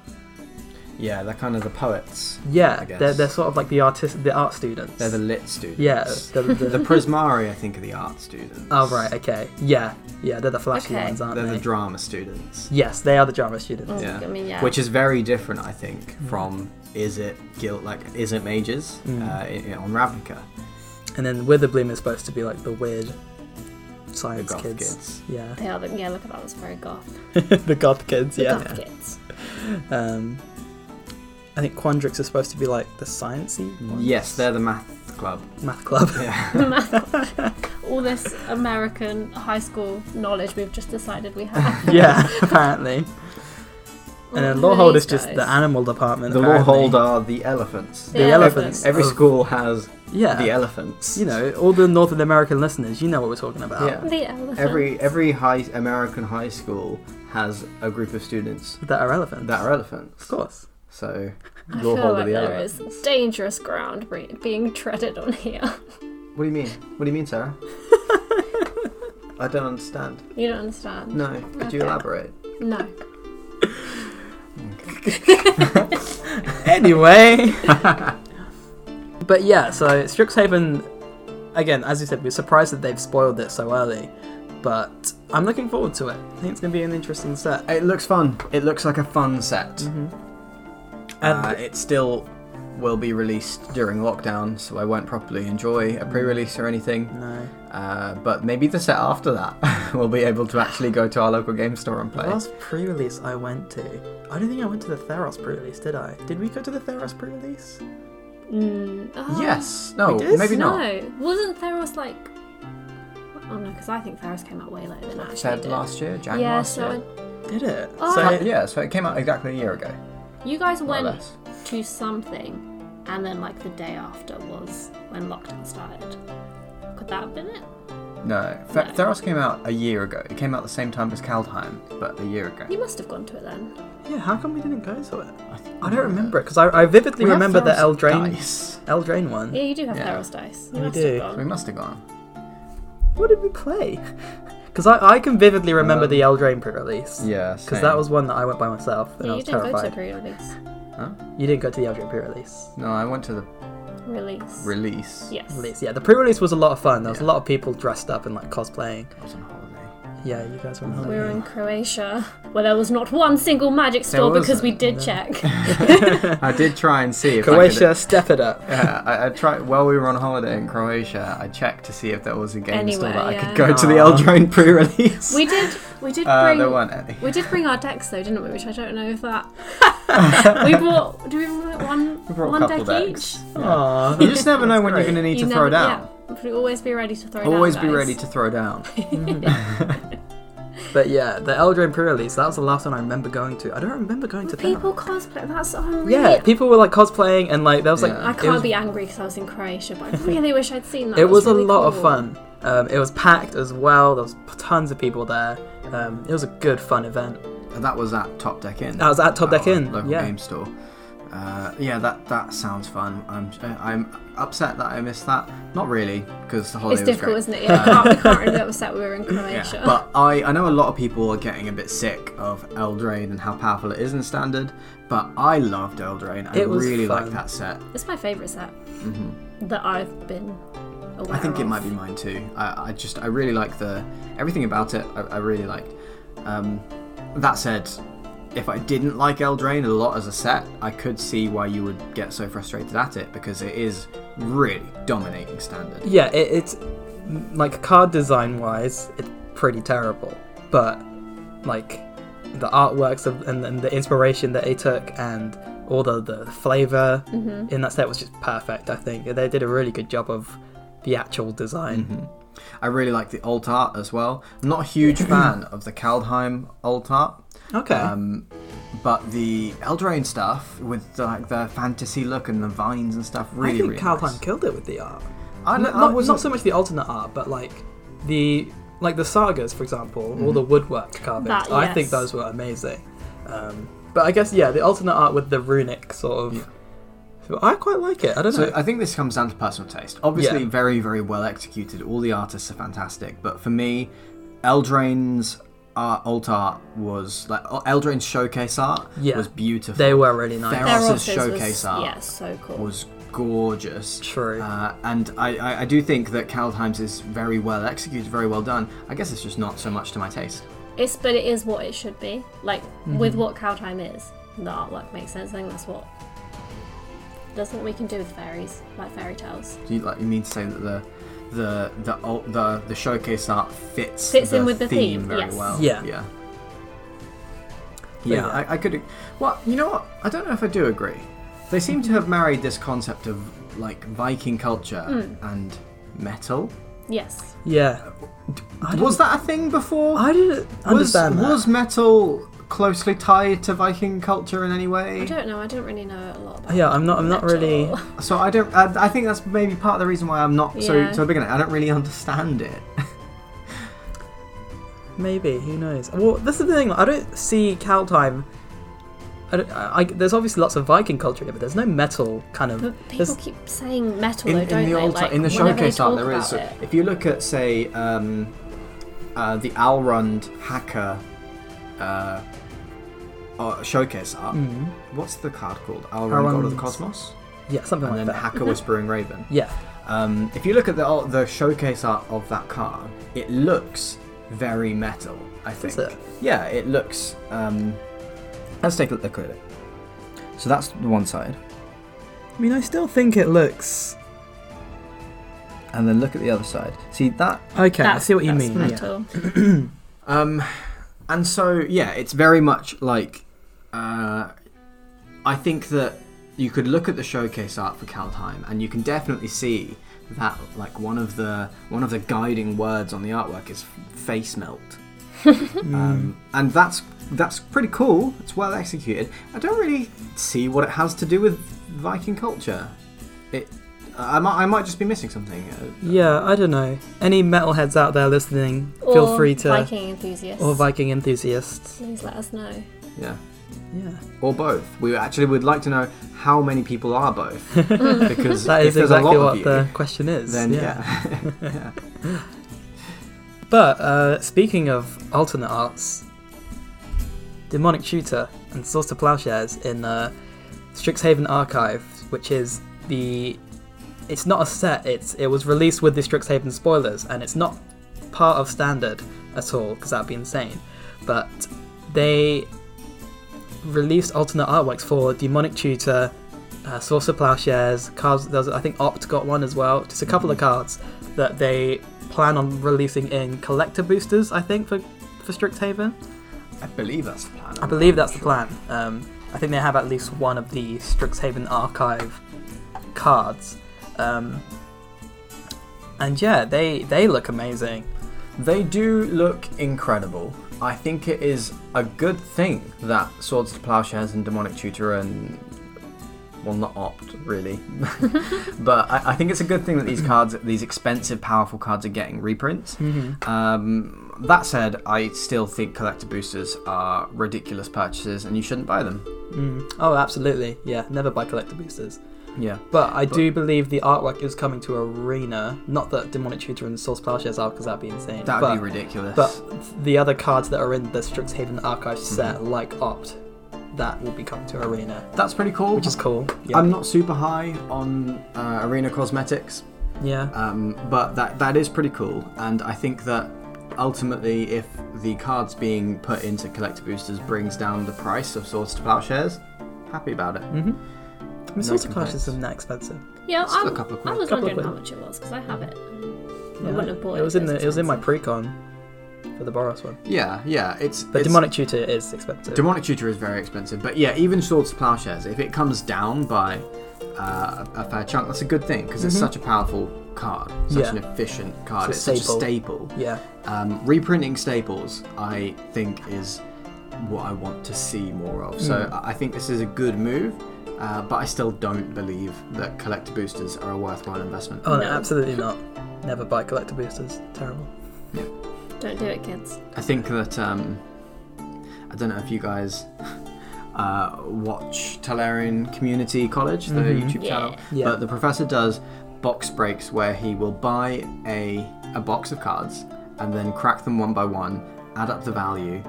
S1: yeah, they're kind of the poets.
S3: Yeah,
S1: I guess.
S3: they're, they're sort of like the artist, the art students.
S1: They're the lit students.
S3: yeah, the,
S1: The
S3: the,
S1: Prismari, I think, are the art students.
S3: oh right, okay, yeah, yeah, they're the flashy
S2: Okay.
S3: ones, aren't
S1: They're
S3: they?
S1: the drama students.
S3: yes, they are the drama students.
S2: Mm. I mean, yeah.
S1: Which is very different, I think, from is it guilt like is it mages uh, in, on Ravnica?
S3: And then Witherbloom is supposed to be like the weird
S1: The
S3: science
S1: goth
S3: kids.
S1: kids.
S3: Yeah,
S2: They are the, yeah, look at that. That's very goth.
S3: the goth kids.
S2: The
S3: Yeah.
S2: goth kids.
S3: Um, I think Quandrix is supposed to be like the sciencey. ones.
S1: Yes, they're the math club.
S3: math club.
S1: Yeah.
S2: All this American high school knowledge we've just decided we have.
S3: yeah, apparently. And then
S2: Look at
S3: Lawhold
S2: these
S3: is just the
S2: guys.
S3: animal department.
S1: the law
S3: apparently.
S1: hold are the elephants.
S3: The
S2: Yeah,
S3: elephants.
S1: Every
S3: of-
S1: school has
S3: Yeah.
S1: the elephants.
S3: You know, all the North American listeners, you know what we're talking about.
S1: Yeah.
S2: The elephant.
S1: every every high American high school has a group of students
S3: That are elephants.
S1: that are
S3: Of
S1: elephants.
S3: course.
S1: So
S2: I
S1: law
S2: feel
S1: hold
S2: like
S1: are the
S2: there
S1: elephants.
S2: is dangerous ground bre- being treaded on here.
S1: What do you mean? What do you mean, Sarah? I don't understand.
S2: You don't understand.
S1: No, could you
S2: Okay.
S1: elaborate?
S2: No.
S3: Anyway. but yeah, so Strixhaven, again, as you said, we're surprised that they've spoiled it so early. But I'm looking forward to it. I think it's going to be an interesting set.
S1: It looks fun. It looks like a fun set.
S3: Mm-hmm. And
S1: uh, it's still will be released during lockdown, so I won't properly enjoy
S3: Mm-hmm.
S1: a pre-release or anything.
S3: No.
S1: Uh, but maybe the set after that, we'll be able to actually go to our local game store and
S3: The
S1: play.
S3: last pre-release I went to, I don't think I went to the Theros pre-release, did I? Did we go to the Theros pre-release?
S2: Mm, oh,
S1: Yes. No.
S3: did?
S1: Maybe
S2: no.
S1: not.
S2: Wasn't Theros like? Oh no, because I think Theros came out way later than I actually
S1: Said
S2: did.
S1: last year, Jan
S2: yeah,
S1: last
S2: so
S1: year.
S3: Did it?
S2: Oh.
S3: So,
S1: Uh, yeah, so it came out exactly a year ago,
S2: you guys
S1: more or
S2: went
S1: less.
S2: to something, and then like the day after was when lockdown started. Could that have been it?
S1: No, Th-
S2: No.
S1: Theros came out a year ago. It came out the same time as Kaldheim, but a year ago.
S2: You must have gone to it then.
S1: Mm.
S3: yeah, how come we didn't go to it?
S1: I, th-
S3: I don't remember it, because I, I vividly
S1: We have
S3: remember the
S1: Theros
S3: Eldraine,
S1: dice.
S3: Eldraine one.
S2: Yeah, you do have
S1: Yeah.
S2: Theros dice. You
S3: We
S2: must
S3: do.
S2: have
S1: We
S2: gone.
S1: must have gone.
S3: What did we play? Because I, I can vividly
S1: Um,
S3: remember the Eldraine pre-release.
S1: Yeah,
S3: Because that was one that I went by myself, and
S2: Yeah,
S3: I
S2: you
S3: was
S2: didn't go to
S3: terrified.
S2: the pre-release.
S3: you didn't go to the Eldraine pre-release.
S1: No, I went to the
S2: Release.
S1: release.
S2: Yes.
S3: Release. Yeah, the pre-release was a lot of fun. There was
S1: Yeah.
S3: a lot of people dressed up and like cosplaying.
S1: I was on holiday.
S3: Yeah, you guys were. on
S2: We were
S3: holiday.
S2: in Croatia, where there was not one single magic store because
S1: wasn't,
S2: we did check.
S1: I did try and see if I
S3: Croatia,
S1: could.
S3: step it up.
S1: Yeah, I, I tried while we were on holiday in Croatia. I checked to see if there was a game store
S2: Anywhere,
S1: that I
S2: yeah.
S1: could go to the
S3: Aw.
S1: Eldraine pre-release.
S2: we did. We did
S1: uh,
S2: bring.
S1: there weren't any.
S2: we did bring our decks though, didn't we? Which I don't know if that. we brought. Do we bring one?
S1: We brought a
S2: one
S1: couple
S2: deck
S1: decks.
S2: each.
S3: Aw,
S1: You just never know
S3: That's
S1: when you're going
S3: great.
S1: to need
S2: You
S1: to throw
S2: never-
S1: down.
S2: Yeah, but always be ready to throw down.
S1: Always be
S2: guys.
S1: ready to throw down.
S3: But yeah, the Eldraine pre-release, that was the last one I remember going to. I don't remember going to
S2: People
S3: that.
S2: cosplay. That's unreal.
S3: Yeah, people were like cosplaying and like there was like
S1: Yeah.
S2: I
S3: it
S2: can't
S3: was-
S2: be angry because I was in Croatia, but I really wish I'd seen that.
S3: It was
S2: That's
S3: a
S2: really
S3: lot of
S2: cool.
S3: fun. Um, it was packed as well. There was p- tons of people there. Um, it was a good fun event.
S1: And That was at Top Deck Inn.
S3: That was at Top Deck
S1: our
S3: Inn,
S1: Local
S3: yeah.
S1: game store. Uh, yeah, that that sounds fun. I'm I'm upset that I missed that. Not really, because the holiday
S2: It's
S1: was
S2: difficult,
S1: great.
S2: isn't it? Yeah, I can't, I can't remember what set we were in Croatia.
S1: Yeah, but I, I know a lot of people are getting a bit sick of Eldraine and how powerful it is in standard, but I loved Eldraine. I
S3: It was
S1: really
S3: fun.
S1: like that set.
S2: It's my favourite set that I've been aware
S1: Mm-hmm. I think it
S2: of.
S1: might be mine too. I, I just I really like the everything about it. I, I really liked. Um, that said, if I didn't like Eldraine a lot as a set, I could see why you would get so frustrated at it because it is really dominating standard.
S3: Yeah, it, it's m- like card design wise, it's pretty terrible. But like the artworks of, and, and the inspiration that they took and all the, the flavor in that set was just perfect. I think they did a really good job of the actual design.
S1: Mm-hmm. I really like the alt art as well. I'm not a huge fan of the Kaldheim alt art.
S3: Okay.
S1: Um, but the Eldraine stuff with the, like the fantasy look and the vines and stuff
S3: I
S1: really
S3: think
S1: really
S3: Carl
S1: nice.
S3: Pine killed it with the art.
S1: I, n-
S3: N-
S1: I
S3: not, not,
S1: wasn't-
S3: so much the alternate art, but like the like the sagas, for example,
S1: Mm-hmm.
S3: all the woodwork carvings.
S2: That,
S3: I think
S2: yes.
S3: those were amazing. Um, but I guess yeah, the alternate art with the runic sort of. I quite like it. I don't
S1: So
S3: know.
S1: I think this comes down to personal taste. Obviously,
S3: Yeah.
S1: very, very well executed. All the artists are fantastic, but for me, Eldraine's art, alt art was like oh, Eldraine's showcase art
S3: Yeah.
S1: was beautiful.
S3: They were really nice.
S1: They're-
S2: Their
S1: Ross's
S2: office
S1: showcase
S2: was,
S1: art
S2: Yeah, so cool.
S1: was gorgeous.
S3: True.
S1: Uh, and I, I, I do think that Kaldheim's is very well executed, very well done. I guess it's just not so much to my taste.
S2: It's but it is what it should be. Like with
S3: Mm-hmm.
S2: what Cowtime is, the artwork makes sense. I think that's what that's what we can do with fairies, like fairy tales.
S1: Do you like you mean to say that the the the alt, the, the showcase art fits
S2: Fits in with the
S1: theme,
S2: theme,
S1: very
S2: yes.
S1: well.
S3: Yeah.
S1: yeah, yeah.
S3: yeah.
S1: I, I could. Well, you know what? I don't know if I do agree. They seem to have married this concept of like Viking culture
S2: Hmm.
S1: and metal.
S2: Yes,
S3: yeah,
S1: Uh, Was that a thing before?
S3: I didn't
S1: was
S3: understand that.
S1: was metal closely tied to Viking culture in any
S2: I
S1: way?
S2: don't know. I don't really know a lot about.
S3: Yeah, I'm not- I'm not
S2: metal.
S3: really-
S1: So I don't. I, I think that's maybe part of the reason why I'm not so
S2: Yeah.
S1: so big on it. I don't really understand it.
S3: Maybe who knows? Well, this is the thing. like, I don't see Kaldheim. I don't, I, I- there's obviously lots of Viking culture here, but there's no metal kind of.
S2: But people
S3: there's-
S2: keep saying metal,
S1: in,
S2: though,
S1: in
S2: don't
S1: the
S2: they?
S1: old
S2: like,
S1: in the
S2: whenever they
S1: showcase art
S2: talk
S1: there is.
S2: about
S1: if you look at say um, uh, the Alrund hacker uh, uh, showcase art,
S2: Mm-hmm.
S1: what's the card called? Alrund, God of the
S3: Alrund's-
S1: Cosmos,
S3: yeah, something
S1: and then
S3: like that.
S1: Hacker Whispering Raven.
S3: yeah,
S1: Um, if you look at the art- the showcase art of that card, it looks very metal. I think.
S3: Does it?
S1: Yeah, it looks. Um, let's take a look at it. So that's the one side.
S3: I mean, I still think it looks
S1: and then look at the other side. See that?
S3: okay. I
S2: That's-
S3: see what you
S2: that's
S3: mean. yeah.
S2: Mental.
S1: Um, and so yeah, it's very much like. Uh, I think that you could look at the showcase art for Kaldheim, and you can definitely see that like one of the one of the guiding words on the artwork is face melt. um, and that's that's pretty cool. It's well executed. I don't really see what it has to do with Viking culture. It, I might, I might just be missing something. Uh,
S3: Yeah, I don't know. Any metalheads out there listening, feel
S2: Or
S3: free to
S2: Viking enthusiasts.
S3: or Viking enthusiasts.
S2: Please let us know.
S1: yeah.
S3: Yeah,
S1: or both. We actually would like to know how many people are both, because
S3: Mm. that
S1: if
S3: is
S1: there's
S3: exactly
S1: a lot
S3: what
S1: of you,
S3: the question is.
S1: then yeah.
S3: But uh, speaking of alternate arts, Demonic Tutor and Source to Plowshares in uh, Strixhaven Archive, which is the. It's not a set, it's it was released with the Strixhaven spoilers, and it's not part of standard at all, because that'd be insane. But they released alternate artworks for Demonic Tutor, uh, Source of Plowshares, cards. There's, I think Opt got one as well. Just a couple of cards that they plan on releasing in collector boosters. I think for for Strixhaven.
S1: I believe that's the plan.
S3: I believe that's the plan. Um, I think they have at least one of the Strixhaven archive cards. Um, and yeah, they they look amazing.
S1: They do look incredible. I think it is a good thing that Swords to Plowshares and Demonic Tutor and well, not opt really, but I, I think it's a good thing that these cards, these expensive, powerful cards, are getting reprints.
S3: Mm-hmm.
S1: Um, that said, I still think collector boosters are ridiculous purchases, and you shouldn't buy them.
S3: Mm. Oh, absolutely. Yeah, never buy collector boosters.
S1: Yeah.
S3: But I do believe the artwork is coming to Arena. Not that Demonic Tutor and Source Plowshares are, because that'd be insane.
S1: That
S3: but,
S1: would be ridiculous.
S3: But the other cards that are in the Strixhaven archive
S1: Mm-hmm.
S3: set, like Opt, that will be coming to Arena,
S1: That's pretty cool.
S3: which is cool. Yeah.
S1: I'm not super high on uh, Arena Cosmetics,
S3: yeah.
S1: um, but that that is pretty cool, and I think that ultimately, if the cards being put into collector boosters brings down the price of Swords to Plowshares, happy about it.
S3: I mean, Source of Plowshares
S1: complaints.
S3: isn't that expensive.
S2: Yeah,
S1: It's still
S2: I'm,
S1: a couple of
S2: I
S1: quid.
S2: was
S3: Couple of
S2: wondering how much it was because I have it. I
S3: Yeah.
S2: wouldn't have bought it.
S3: It was in
S2: if
S3: the it was in my
S2: expensive.
S3: pre-con for the Boros one.
S1: Yeah, yeah, it's
S3: But
S1: it's-
S3: Demonic Tutor is expensive.
S1: Demonic Tutor is very expensive, but yeah, even Swords to Plowshares, if it comes down by uh, a fair chunk, that's a good thing because it's such a powerful card, such
S3: Mm-hmm. Yeah.
S1: an efficient card,
S3: It's
S1: it's,
S3: a
S1: such a staple.
S3: yeah.
S1: Um, reprinting staples, I think, is what I want to see more of. So I I think this is a good move, uh, but I still don't believe that collector boosters are a worthwhile investment.
S3: Oh no,
S2: No.
S3: absolutely not. Never buy collector boosters. Terrible.
S2: Don't do it, kids.
S1: I think that um, I don't know if you guys uh, watch Talarian Community College, the YouTube
S2: Yeah.
S1: channel,
S3: Yeah.
S1: but the professor does box breaks where he will buy a a box of cards and then crack them one by one, add up the value,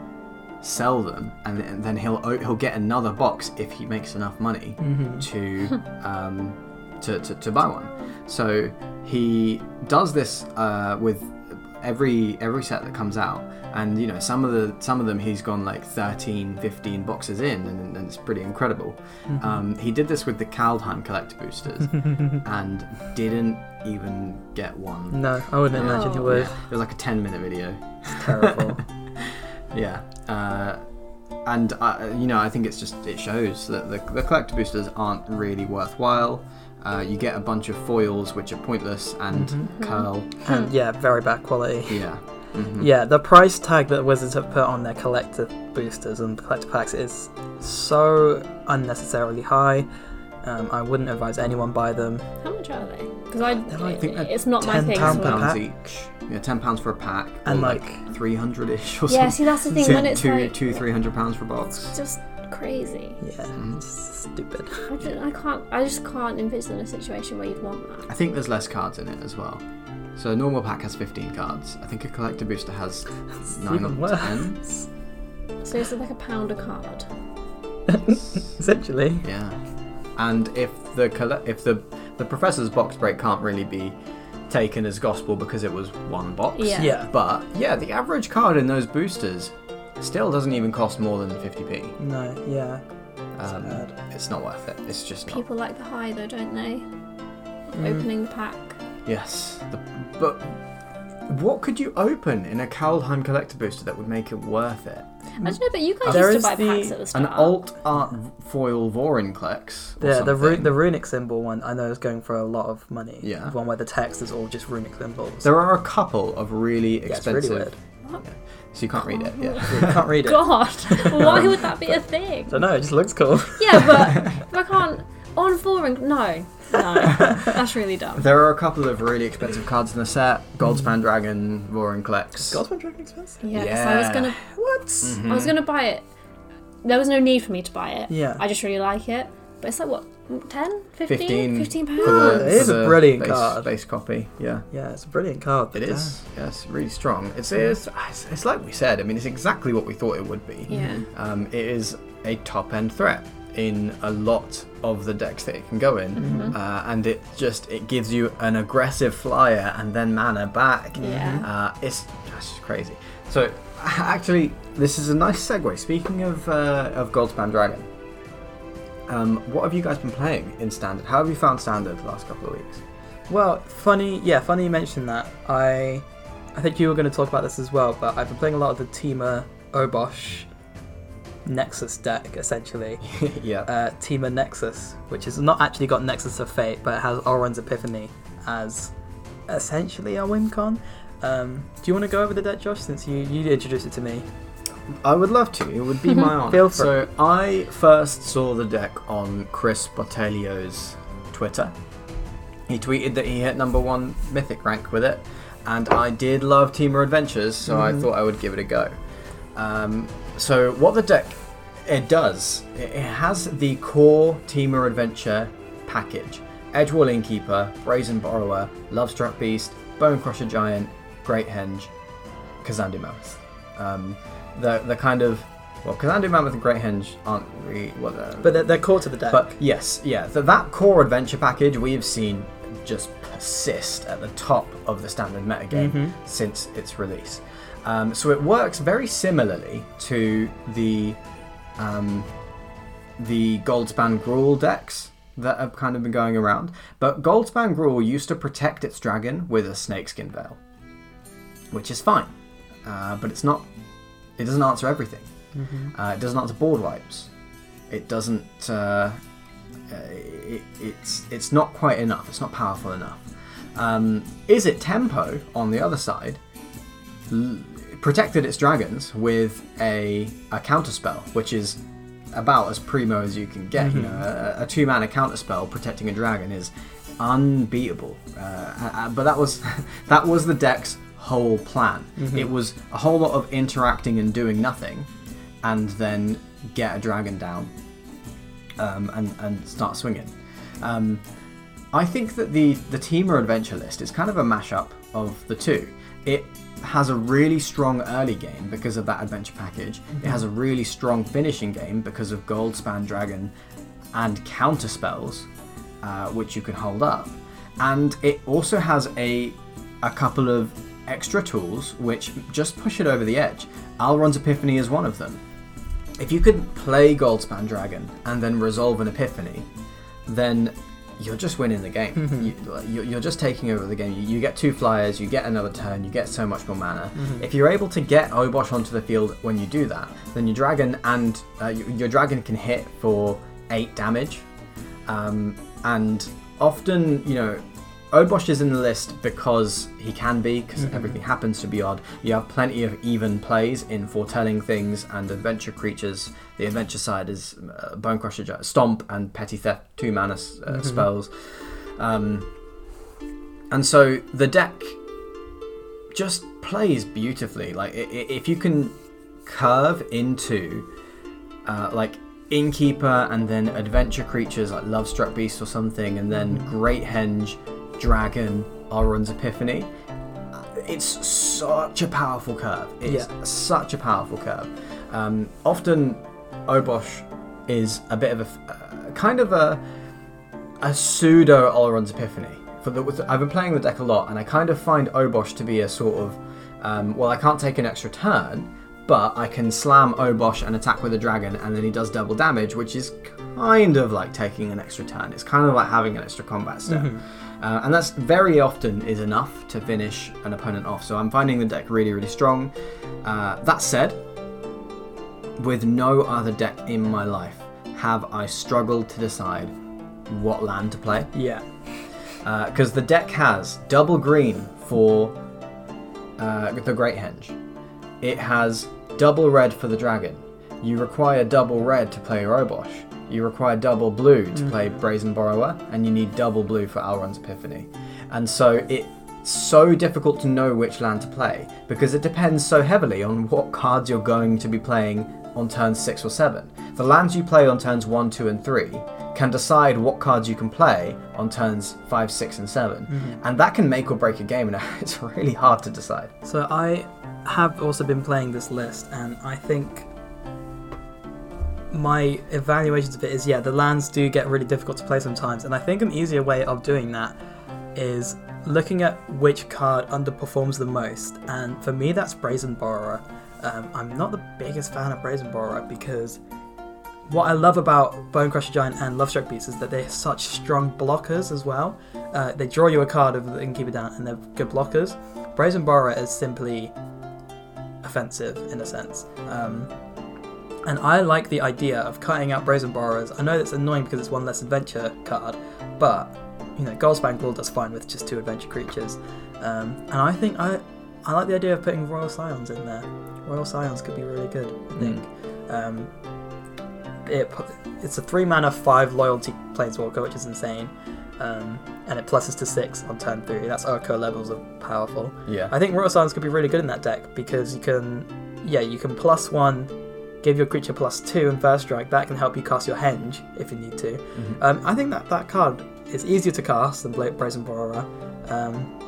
S1: sell them, and, th- and then he'll o- he'll get another box if he makes enough money
S3: Mm-hmm.
S1: to um, to, to to buy one. So he does this uh, with every every set that comes out and you know some of the some of them he's gone like 13 15 boxes in and, and it's pretty incredible um, he did this with the kaldheim collector boosters and didn't even get one
S3: No, I wouldn't imagine you
S2: No.
S3: would.
S1: it was like a 10 minute video
S3: It's terrible.
S1: yeah uh, and I, you know i think it's just it shows that the, the collector boosters aren't really worthwhile uh, you get a bunch of foils which are pointless and
S3: Mm-hmm.
S1: curl
S3: and yeah, very bad quality.
S1: yeah Hmm.
S3: Yeah, the price tag that Wizards have put on their collector boosters and collector packs is so unnecessarily high. Um, I wouldn't advise anyone buy them.
S2: How much are they? Because I,
S1: like, I think they're
S2: it's not my
S3: £10
S2: thing.
S3: pound
S2: so-
S3: per
S1: pounds
S3: pack.
S1: each. Yeah, ten pounds for a pack,
S3: And,
S1: or like,
S3: like-
S1: three hundred ish or
S2: Yeah,
S1: something.
S2: see, that's the thing,
S1: Two-
S2: when it's
S1: two,
S2: like-
S1: two, three hundred pounds for a box.
S2: Just crazy.
S3: Yeah,
S1: Hmm.
S3: it's stupid.
S2: I, just, I can't. I just can't envision a situation where you'd want that.
S1: I think there's less cards in it as well. So a normal pack has fifteen cards. I think a collector booster has nine
S3: even
S1: or ten.
S3: worse.
S2: So it's like a pound a card.
S3: Essentially.
S1: Yeah, and if the colle- if the the professor's box break can't really be taken as gospel because it was one box.
S2: Yeah.
S3: Yeah.
S1: But yeah, the average card in those boosters still doesn't even cost more than fifty p.
S3: No, yeah.
S1: Um,
S3: bad.
S1: it's not worth it. It's just not.
S2: People like the high though, don't they? Of
S1: Mm.
S2: Opening the pack.
S1: Yes. The, but what could you open in a Kaldheim collector booster that would make it worth it?
S2: I don't know, but you guys
S3: There
S2: used
S3: is
S2: to buy
S3: the-
S2: packs at the
S1: An
S2: start.
S1: alt art foil Vorinclex. or
S3: Yeah, the ru-
S1: something.
S3: the runic symbol one I know is going for a lot of money.
S1: Yeah.
S3: The one where the text is all just runic symbols.
S1: There are a couple of really
S3: yeah, it's really
S1: expensive.
S3: weird.
S1: So you can't read it. Yeah.
S3: You can't read it.
S2: God, why would that be a thing?
S3: I know it just looks cool.
S2: Yeah, but if I can't on flooring, no, no, that's really dumb.
S1: There are a couple of really expensive cards in the set: Goldspan Dragon, Vorinclex.
S3: God's Dragon expensive.
S2: Yeah, 'cause I was
S1: Yeah.
S2: gonna,
S3: What?
S1: Hmm.
S2: I was gonna buy it. There was no need for me to buy it.
S3: Mm-hmm. Yeah.
S2: I just really like it. But it's like what, 10, 15,
S1: 15
S2: 15
S1: for
S2: pounds.
S1: the,
S3: It is
S1: for
S3: a
S1: the
S3: brilliant
S1: base,
S3: card.
S1: base copy. Yeah.
S3: Yeah, it's a brilliant card.
S2: uh,
S1: It is. Yeah, it's really strong. It's, it's it's it's like we said. I mean, it's exactly what we thought it would be.
S2: Yeah.
S1: Um, it is a top end threat in a lot of the decks that it can go in,
S2: Mm-hmm.
S1: uh, and it just it gives you an aggressive flyer and then mana back.
S2: Yeah.
S1: Uh, it's that's just crazy. So actually, this is a nice segue. Speaking of uh, of Goldspan Dragon. Um, what have you guys been playing in standard? How have you found standard the last couple of weeks?
S3: Well, funny, yeah, funny you mentioned that. I, I think you were going to talk about this as well, but I've been playing a lot of the Teema Obosh Nexus deck, essentially.
S1: yeah.
S3: Uh, Teema Nexus, which has not actually got Nexus of Fate, but it has Oran's Epiphany as essentially a win con. Um, do you want to go over the deck, Josh, since you, you introduced it to me?
S1: I would love to. It would be my honor.
S3: Mhm. Feel free.
S1: so I first saw the deck on Chris Botelio's Twitter. He tweeted that he hit number one mythic rank with it, and I did love Teamer Adventures, so I
S3: Mhm.
S1: thought I would give it a go. Um, so what the deck it does, it it has the core Teamer Adventure package: Edgewall Innkeeper, Brazen Borrower, Lovestruck Beast, Bone Crusher Giant, Great Henge, Kazandu Mammoth. Um, the the kind of well, Kazandu Mammoth and Great Henge aren't really well, they're-
S3: But they're, they're core to the deck.
S1: but yes, yeah, th- that core adventure package we have seen just persist at the top of the standard metagame since its release. Um, so it works very similarly to the um, the Goldspan Gruul decks that have kind of been going around. But Goldspan Gruul used to protect its dragon with a snakeskin veil, which is fine, uh, but it's not. It doesn't answer everything. Uh, it doesn't answer board wipes. It doesn't. Uh, uh, it, it's it's not quite enough. It's not powerful enough. Um, is it tempo on the other side? l- protected its dragons with a a counter spell, which is about as primo as you can get. You know, a, a two mana counter spell protecting a dragon is unbeatable. Uh, uh, uh, but that was that was the deck's whole plan. It was a whole lot of interacting and doing nothing, and then get a dragon down um, and and start swinging. Um, I think that the the Teamer Adventure list is kind of a mashup of the two. It has a really strong early game because of that adventure package. It has a really strong finishing game because of Goldspan Dragon and counter spells, uh, which you can hold up. And it also has a a couple of extra tools which just push it over the edge. Alron's Epiphany is one of them. If you could play Goldspan Dragon and then resolve an Epiphany, then you're just winning the game. You, like, you're, you're just taking over the game. You, you get two flyers, you get another turn, you get so much more mana. If you're able to get Obosh onto the field when you do that, then your dragon and uh, your, your dragon can hit for eight damage. Um, and often, you know, Obosh is in the list because he can be, because everything happens to be odd. You have plenty of even plays in foretelling things and adventure creatures. The adventure side is uh, Bone Crusher, Gi- Stomp, and Petty Theft, two mana s- uh, spells. Um, and so the deck just plays beautifully. Like, i- i- if you can curve into uh, like innkeeper and then adventure creatures like lovestruck beast or something and then great henge dragon Auron's epiphany Uh, it's such a powerful curve it's
S3: Yeah.
S1: such a powerful curve um, often obosh is a bit of a f- uh, kind of a a pseudo Elrond's Epiphany. For the, with- I've been playing the deck a lot, and I kind of find Obosh to be a sort of, um, well, I can't take an extra turn, but I can slam Obosh and attack with a dragon, and then he does double damage, which is kind of like taking an extra turn. It's kind of like having an extra combat step. Uh, and that's very often is enough to finish an opponent off. So I'm finding the deck really, really strong. Uh, that said, with no other deck in my life, have I struggled to decide what land to play?
S3: Yeah.
S1: because the deck has double green for uh, the Great Henge. It has double red for the dragon. You require double red to play Robosh. You require double blue to play Brazen Borrower, and you need double blue for Alron's Epiphany. And so it's so difficult to know which land to play because it depends so heavily on what cards you're going to be playing on turns six or seven. The lands you play on turns one, two, and three can decide what cards you can play on turns five, six, and 7 and that can make or break a game. And it's really hard to decide.
S3: So I have also been playing this list, and I think my evaluations of it is yeah, the lands do get really difficult to play sometimes, and I think an easier way of doing that is looking at which card underperforms the most, and for me that's Brazen Borrower. Um, I'm not the biggest fan of Brazen Borrower because what I love about Bone Crusher Giant and Love Struck Beast is that they're such strong blockers as well. Uh, they draw you a card of, and keep it down, and they're good blockers. Brazen Borrower is simply offensive in a sense. Um, and I like the idea of cutting out Brazen Borrowers. I know that's annoying because it's one less adventure card, but you know, Goldspan Glor does fine with just two adventure creatures. Um, and I think I, I like the idea of putting Royal Scions in there. Royal Scions could be really good, I think. Um, it, pu- it's a three mana, five loyalty planeswalker, which is insane. Um, and it pluses to six on turn three. That's Urko levels of powerful.
S1: Yeah.
S3: I think Royal Silence could be really good in that deck because you can, yeah, you can plus one, give your creature plus two in first strike. That can help you cast your Henge if you need to. Um, I think that that card is easier to cast than Blake Brazen Borrower. Um,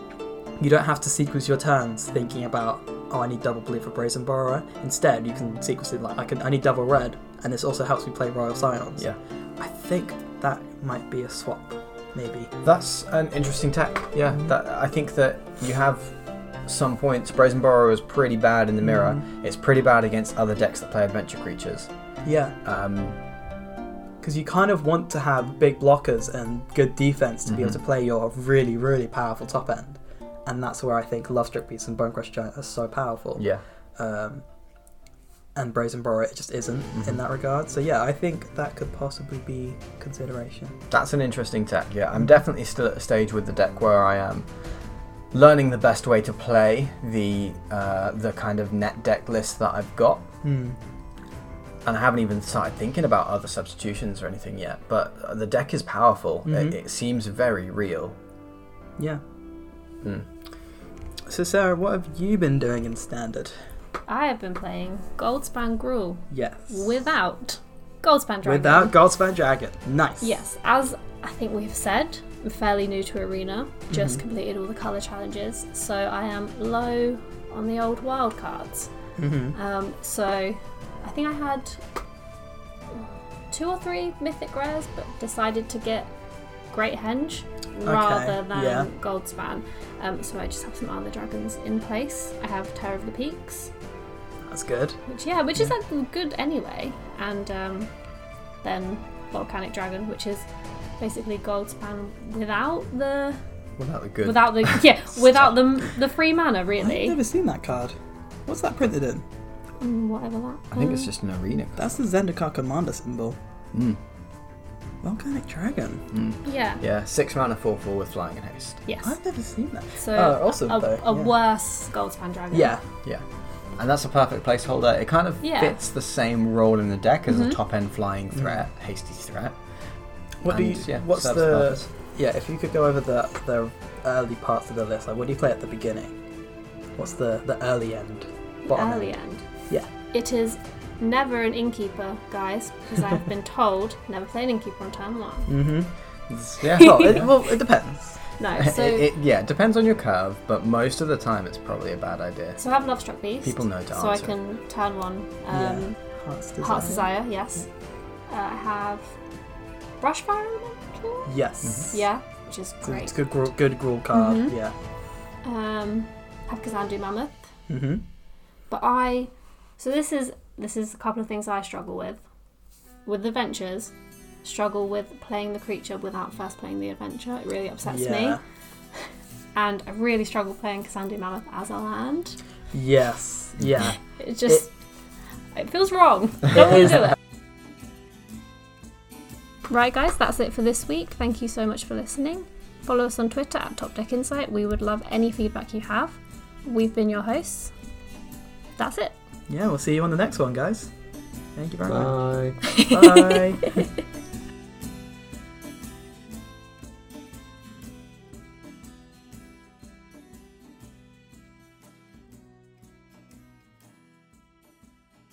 S3: you don't have to sequence your turns thinking about, oh, I need double blue for Brazen Borrower. Instead, you can sequence it like, I, can, I need double red, and this also helps me play Royal Silence.
S1: Yeah.
S3: I think that might be a swap, maybe.
S1: That's an interesting tech. Yeah, that, I think that you have some points. Brazen Borrower is pretty bad in the mirror. It's pretty bad against other decks that play adventure creatures.
S3: Yeah.
S1: Um,
S3: because you kind of want to have big blockers and good defense to be able to play your really, really powerful top end. And that's where I think Love Strip Beast and Bone Crush Giant are so powerful.
S1: yeah,
S3: Um, and Brazen Borrower it just isn't in that regard. So yeah, I think that could possibly be consideration.
S1: that's an interesting tech. Yeah, I'm definitely still at a stage with the deck where I am learning the best way to play the uh, the kind of net deck list that I've got.
S3: Hmm.
S1: And I haven't even started thinking about other substitutions or anything yet. But uh, the deck is powerful. It, it seems very real. Hmm.
S3: Yeah. So Sarah, what have you been doing in standard?
S2: I have been playing Goldspan Gruul
S3: Yes.
S2: without Goldspan Dragon.
S3: Without Goldspan Dragon. Nice.
S2: Yes, as I think we've said, I'm fairly new to Arena, just completed all the colour challenges, so I am low on the old wild cards. Um, so I think I had two or three mythic rares, but decided to get Great Henge rather than
S3: yeah.
S2: Goldspan. Um, so I just have some Armor Dragons in place. I have Terror of the Peaks,
S3: That's good.
S2: which yeah, which is like good anyway. And um, then Volcanic Dragon, which is basically Goldspan without the
S1: Without the good.
S2: without the yeah without the the free mana
S3: I've
S2: really.
S3: never seen that card. What's that printed in?
S2: Mm, Whatever that.
S1: I think it's just an arena. card.
S3: That's the Zendikar commander symbol. Volcanic Dragon.
S2: yeah.
S1: Yeah, six mana, four four with flying and haste.
S2: Yes.
S3: I've never seen that.
S2: So
S3: Oh, awesome,
S2: a,
S3: though,
S2: a
S3: yeah.
S2: worse Goldspan Dragon.
S3: Yeah.
S1: Yeah, and that's a perfect placeholder. It kind of
S2: Yeah. Mm-hmm.
S1: fits the same role in the deck as a top end flying threat, hasty threat.
S3: What do you?
S1: And, yeah,
S3: what's the?
S1: serves the purpose.
S3: Yeah, if you could go over the the early parts of the list, like what do you play at the beginning? What's the the early end? Bottom
S2: Early
S3: end.
S2: end.
S3: Yeah.
S2: It is never an innkeeper, guys, because I've been told never play an innkeeper on turn one.
S1: Yeah,
S3: Mm-hmm. Well, it, well, it depends.
S2: No.
S1: It-
S2: So
S1: it, it- yeah, it depends on your curve, but most of the time it's probably a bad idea.
S2: so I have Love Struck Beast.
S1: People know to
S2: So
S1: answer.
S2: I can turn one. Um,
S3: yeah. Heart's Desire.
S2: Heart's Desire, yes. Uh, I have Brushfire Elemental?
S3: Yes.
S2: Mm-hmm. Yeah, which is
S3: It's a- It's
S2: great. Mm-hmm.
S3: a good gruel, good gruel card. Yeah.
S2: Um, I have Kazandu Mammoth,
S3: Mm-hmm.
S2: but I So this is this is a couple of things I struggle with. With adventures, struggle with playing the creature without first playing the adventure. It really upsets
S3: yeah.
S2: me. And I really struggle playing Cassandu Mammoth as a land.
S3: Yes. Yeah.
S2: It just it, feels wrong. Don't want
S3: is-
S2: to do it. Right, guys, that's it for this week. Thank you so much for listening. Follow us on Twitter at Top Deck Insight. We would love any feedback you have. We've been your hosts. That's it.
S3: yeah. We'll see you on the next one, guys. Thank you very much.
S1: Bye.
S3: Bye.